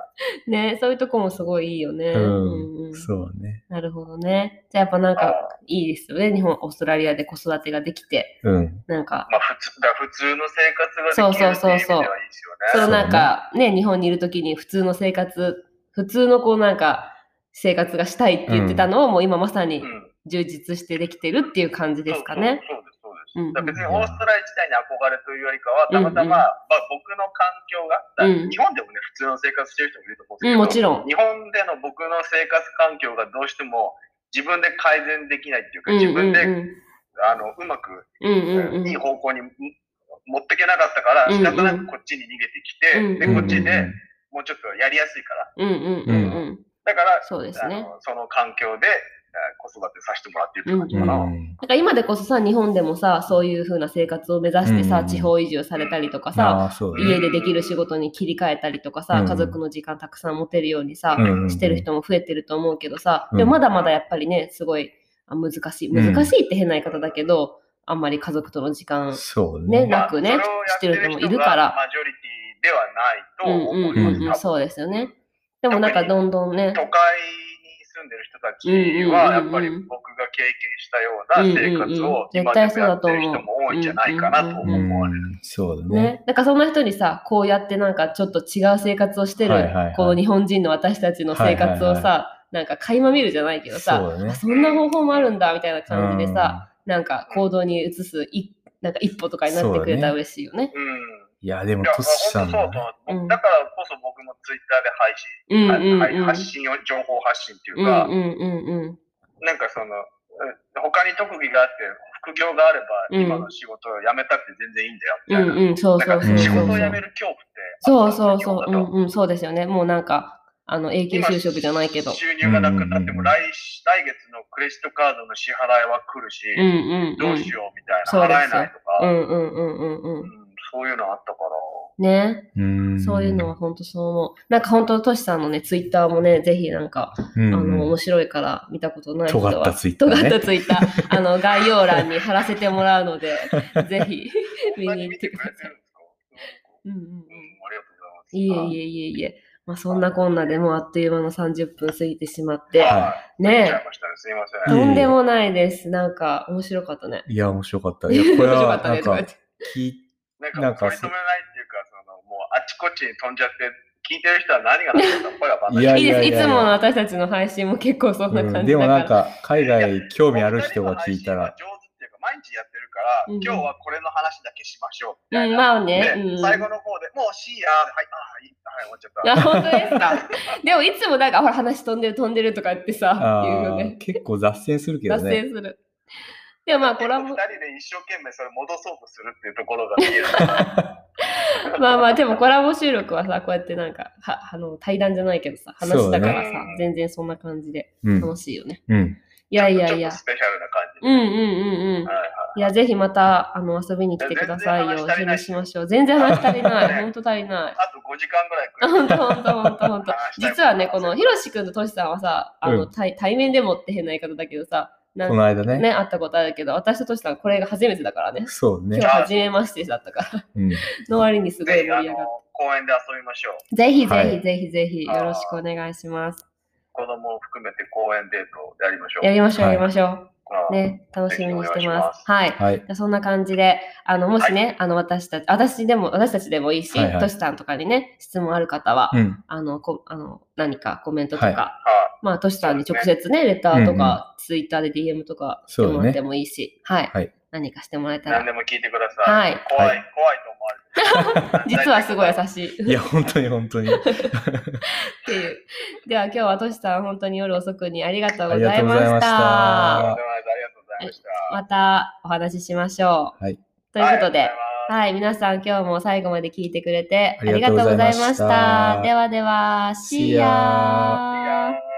Speaker 1: ね、そういうとこもすごいいいよね。
Speaker 2: うん
Speaker 1: うんうん
Speaker 2: そうね。
Speaker 1: なるほどね。じゃあやっぱなんかいいですよね。日本、オーストラリアで子育てができて、
Speaker 2: うん。
Speaker 1: なんか、
Speaker 3: まあ普通、だから普通の生活ができるっていう意味ではいいです
Speaker 1: そ
Speaker 3: よ
Speaker 1: う
Speaker 3: ね。
Speaker 1: なんかね、日本にいるときに普通の生活、普通のこうなんか生活がしたいって言ってたのを、もう今まさに
Speaker 3: うん
Speaker 1: 充実してできてるっていう感じですかね。
Speaker 3: そうそう
Speaker 1: うん
Speaker 3: そ
Speaker 1: う
Speaker 3: うんです、そうです。だから別にオーストラリア自体に憧れというよりかは、たま
Speaker 1: うんう
Speaker 3: たま、
Speaker 1: ん
Speaker 3: まあ、僕の環境が、だから
Speaker 1: うん
Speaker 3: 日本でもね、普通の生活してる人もいると思うんですけど、
Speaker 1: うん、もちろん。
Speaker 3: 日本での僕の生活環境がどうしても自分で改善できないっていうか、
Speaker 1: うん
Speaker 3: 自
Speaker 1: うんうん
Speaker 3: 分で、あのうまく、
Speaker 1: うんうんうん
Speaker 3: いい方向にん持ってけなかったから、
Speaker 1: うんうん
Speaker 3: 仕方なくこっちに
Speaker 1: う
Speaker 3: 逃げてきて、
Speaker 1: ん
Speaker 3: で、こっちでもうちょっとやりやすいから。
Speaker 1: うんうんうんうん。
Speaker 3: だから、
Speaker 1: そうです
Speaker 3: あ
Speaker 1: ね。
Speaker 3: のその環境であ子育てさせてもらってるって感じ
Speaker 2: う
Speaker 3: かな。
Speaker 1: な
Speaker 2: ん。
Speaker 1: んか今でこそさ、日本でもさ、そういう風な生活を目指してさ、
Speaker 2: うんうん
Speaker 1: 地方移住されたりとかさ、
Speaker 2: ああ、そうだね。
Speaker 1: 家でできる仕事に切り替えたりとかさ、
Speaker 2: うん
Speaker 1: 家族の時間たくさん持てるようにさ、
Speaker 2: うんうんうん
Speaker 1: してる人も増えてると思うけどさ、
Speaker 2: うん
Speaker 1: でもまだまだやっぱりね、すごいあ難しい。
Speaker 2: うん
Speaker 1: 難しいって変な言い方だけど、あんまり家族との時間、
Speaker 2: そう
Speaker 1: ね、
Speaker 2: ね。
Speaker 1: なくね
Speaker 3: まあ、
Speaker 1: してる人もいるから。
Speaker 3: マジョリティではないと
Speaker 1: うん
Speaker 3: 思
Speaker 1: うん
Speaker 3: います。
Speaker 1: うんうん、そ
Speaker 3: 多分
Speaker 1: うですよね。でもなんかどんどんね
Speaker 3: 都、会に住んでる人たちは、やっぱり僕が経験したような生活を今でもやってる人も多いんじゃないかなと
Speaker 1: うん
Speaker 2: う
Speaker 3: 思われる。
Speaker 2: ん。そうだね。
Speaker 1: ね、なんかそんな人にさこうやってなんかちょっと違う生活をしてる、
Speaker 2: はいはいはい
Speaker 1: こう日本人の私たちの生活をさ、
Speaker 2: はいは
Speaker 1: なんか垣間見るじゃないけど
Speaker 2: そ
Speaker 1: さ
Speaker 2: うだね
Speaker 1: あ。そんな方法もあるんだみたいな感じでさ、なんか行動に移すいなんか一歩とかになってくれたら嬉しいよね。
Speaker 3: うん。
Speaker 2: うん。いや、で
Speaker 3: い
Speaker 2: も
Speaker 3: や、、
Speaker 2: ト
Speaker 3: 本
Speaker 2: シ
Speaker 3: 当
Speaker 2: さん
Speaker 3: そう
Speaker 2: の
Speaker 3: と
Speaker 2: ね。
Speaker 3: 思う。だからこそ僕もツイッターで配信
Speaker 1: うん
Speaker 3: は
Speaker 1: うんうん。
Speaker 3: はい発信を、情報発信っていう
Speaker 1: うん
Speaker 3: か、
Speaker 1: うんうんうん。
Speaker 3: なんかその、うん他に特技があって、副業があれば、
Speaker 1: うん
Speaker 3: 今の仕事を辞めたって全然いいんだよ、
Speaker 1: う
Speaker 3: みたいな。
Speaker 1: んうん、そう
Speaker 3: な
Speaker 1: そ
Speaker 3: ん
Speaker 1: う
Speaker 3: か
Speaker 1: そう
Speaker 3: 仕
Speaker 1: そ
Speaker 3: 事を
Speaker 1: う
Speaker 3: 辞
Speaker 1: そ
Speaker 3: め
Speaker 1: う。
Speaker 3: る恐怖って、
Speaker 1: そうそうそう、
Speaker 3: 日
Speaker 1: う
Speaker 3: 本だ
Speaker 1: ん
Speaker 3: と
Speaker 1: うん、そうですよね。もうなんか、あの、永久就職じゃないけど。
Speaker 3: 収入がなくなって
Speaker 2: う
Speaker 3: も、
Speaker 2: ん
Speaker 3: 来来月のクレジットカードの支払いは来るし、
Speaker 1: うんうんう
Speaker 3: どうんし。ようみたい
Speaker 1: そう
Speaker 3: な、
Speaker 1: です
Speaker 3: 払えないと
Speaker 1: う
Speaker 3: か、
Speaker 1: んうんうんうんう。
Speaker 3: うんんそういうのあったから、
Speaker 1: ね。
Speaker 2: うん。
Speaker 1: そういうのは本当そう思う。なんか本当、トシさんのね、ツイッターもね、ぜひなんか、
Speaker 2: うん
Speaker 1: あの、面白いから見たことない人は。
Speaker 2: 尖ったツイッターね
Speaker 1: 尖ったツイッター。あの、概要欄に貼らせてもらうの で、ぜひ
Speaker 3: こん
Speaker 1: 見
Speaker 3: な
Speaker 1: に
Speaker 3: に
Speaker 1: 行っ
Speaker 3: 見
Speaker 1: て
Speaker 3: て
Speaker 1: く
Speaker 3: く
Speaker 1: だ
Speaker 3: れ
Speaker 1: さい。
Speaker 3: てるんですか
Speaker 1: うんうん
Speaker 3: うん、ありがとうございます。
Speaker 1: いえいえいえいえ。まあ、そんなこんなでもうあっという間の30分過ぎてしまって。
Speaker 3: はい。
Speaker 1: ねえ
Speaker 3: 言っちゃいましたね。すいませ
Speaker 2: い
Speaker 3: ん。
Speaker 2: え
Speaker 1: とんでもないです。なんか、面白かったね。
Speaker 2: いや、面白かった。い
Speaker 1: 面
Speaker 2: や、こ
Speaker 1: 白
Speaker 2: れ
Speaker 1: か
Speaker 2: は
Speaker 1: っ、た
Speaker 2: な
Speaker 1: ね
Speaker 2: ん
Speaker 1: とか
Speaker 2: か
Speaker 1: 言って。、
Speaker 2: 聞い
Speaker 3: なんか
Speaker 2: な
Speaker 3: も
Speaker 2: ん
Speaker 3: う
Speaker 2: か
Speaker 3: 取り留めないっていうか、そのもうあちこちに飛んじゃって聞いてる人は何が何だか声が分かんない
Speaker 2: いや
Speaker 1: いいです。いつもの
Speaker 2: や
Speaker 1: 私たちの配信も結構そんな
Speaker 2: うん
Speaker 1: 感じ
Speaker 2: で
Speaker 1: だ
Speaker 2: も
Speaker 1: か
Speaker 2: なん
Speaker 1: ら。
Speaker 2: か、海外興味ある人が聞いたら、
Speaker 3: 上手っていうか、毎日やってるから、
Speaker 1: うん
Speaker 3: 今日はこれの話だけしましょうみた
Speaker 1: う
Speaker 3: い
Speaker 1: ん、
Speaker 3: な。
Speaker 1: まあね。
Speaker 3: で
Speaker 1: うん、
Speaker 3: 最後の方でもう C や、はい、あーいい、はい、終わっちゃった。
Speaker 1: あ本当です
Speaker 3: な
Speaker 1: か。 でもいつもなんか、ほら、話飛んでる飛んでるとか 言ってさ、言う
Speaker 2: あ
Speaker 1: よ
Speaker 2: ー
Speaker 1: ね。
Speaker 2: 結構雑線するけど
Speaker 1: 達
Speaker 2: ね。
Speaker 1: 成する。でもまあ、これは
Speaker 3: 結
Speaker 1: も
Speaker 3: 構二人で一生懸命それ戻そうとするっていうところが見える。そう
Speaker 1: まあまあ、でもコラボ収録はさ、こうやってなんか、はあの対談じゃないけどさ、話だから
Speaker 3: そう
Speaker 1: さ、
Speaker 3: だね
Speaker 1: 全然そんな感じで
Speaker 2: うん
Speaker 1: 楽。しいよね。
Speaker 2: うん。
Speaker 1: いやいやいや
Speaker 3: ちょっと。スペシャルな感
Speaker 1: うんうん
Speaker 3: じ。
Speaker 1: うんうん
Speaker 3: はい。はい
Speaker 1: や、ぜひまたあの遊びに来てください
Speaker 3: いや
Speaker 1: よ。
Speaker 3: 全然
Speaker 1: お
Speaker 3: 話足りない
Speaker 1: 昼しましょう。全然話足りな
Speaker 3: ね
Speaker 1: い。ほんと足りない。
Speaker 3: あと5時間
Speaker 1: あ
Speaker 3: ぐらい来
Speaker 1: ほん
Speaker 3: る。
Speaker 1: とほんとほんとほんと。実はね、この
Speaker 3: はい
Speaker 1: ひろしくんととしさんはさ、あの、
Speaker 2: うん
Speaker 1: 対対面でもって変な言い方だけどさ、な
Speaker 2: こ
Speaker 1: ん
Speaker 2: の間ね。
Speaker 1: ね、会ったことあるけど、私ととしさんこれが初めてだからね。
Speaker 2: そうね
Speaker 1: 今日。初めましてだったから、
Speaker 2: うん。
Speaker 1: の割にすごい盛
Speaker 3: ぜ
Speaker 1: り
Speaker 3: ひ、あ
Speaker 1: 上がっ
Speaker 3: の、公園で遊びましょう。
Speaker 1: た。ぜひ
Speaker 2: は
Speaker 1: ぜひ
Speaker 2: い
Speaker 1: ぜひぜひ、よろしくお願いします。
Speaker 3: 子供を含めて公園デートやりましょう。
Speaker 1: やりましょう、
Speaker 2: は
Speaker 1: や
Speaker 2: い
Speaker 1: りましょう。
Speaker 3: あー
Speaker 1: ね、楽しみにし
Speaker 3: ぜひ
Speaker 1: て
Speaker 3: お願いしま
Speaker 1: ますす。はい。
Speaker 2: はい。
Speaker 1: じゃあそんな感じで、あの、もしね、あの、私たち、私でも、私たちでもいいし、
Speaker 2: はいはい
Speaker 1: としさんとかにね、質問ある方は、
Speaker 2: うん。
Speaker 1: あの、こあの何かコメントとか、
Speaker 2: はい
Speaker 3: は
Speaker 1: まあ、としさんに直接ね、レターと
Speaker 2: うん
Speaker 1: か、ツイッターで DM とかしてもらってもいいし、はい、
Speaker 2: はい
Speaker 1: 何かしてもらえ
Speaker 3: い
Speaker 1: た
Speaker 3: 何
Speaker 1: ら、
Speaker 3: でも聞いてください。
Speaker 1: はい
Speaker 3: 怖い、
Speaker 2: は
Speaker 3: 怖いと思われてる
Speaker 1: 実はすごい優しい。
Speaker 2: いや、本当に本当に。
Speaker 1: っていう。では今日はとしさん、本当に夜遅くにありがとう
Speaker 2: あ
Speaker 1: ご
Speaker 2: りが
Speaker 1: ざい
Speaker 2: とうご
Speaker 1: ま
Speaker 2: ざいま
Speaker 1: し
Speaker 2: した
Speaker 3: とんで
Speaker 1: た。
Speaker 3: もないですありがとうございました。
Speaker 1: またお話ししましょう。
Speaker 2: はい
Speaker 1: ということで、
Speaker 3: ありがとうございます
Speaker 1: はい、皆さん今日も最後まで聞いてくれて
Speaker 2: あ
Speaker 1: あ
Speaker 2: り
Speaker 1: り
Speaker 2: が
Speaker 1: が
Speaker 2: と
Speaker 1: と
Speaker 2: う
Speaker 1: うご
Speaker 2: ござ
Speaker 1: ざ
Speaker 2: い
Speaker 1: い
Speaker 2: ま
Speaker 1: ま
Speaker 2: し
Speaker 1: したた。ではでは、シ
Speaker 2: See
Speaker 1: ー
Speaker 2: ya
Speaker 1: ヤ
Speaker 3: See ya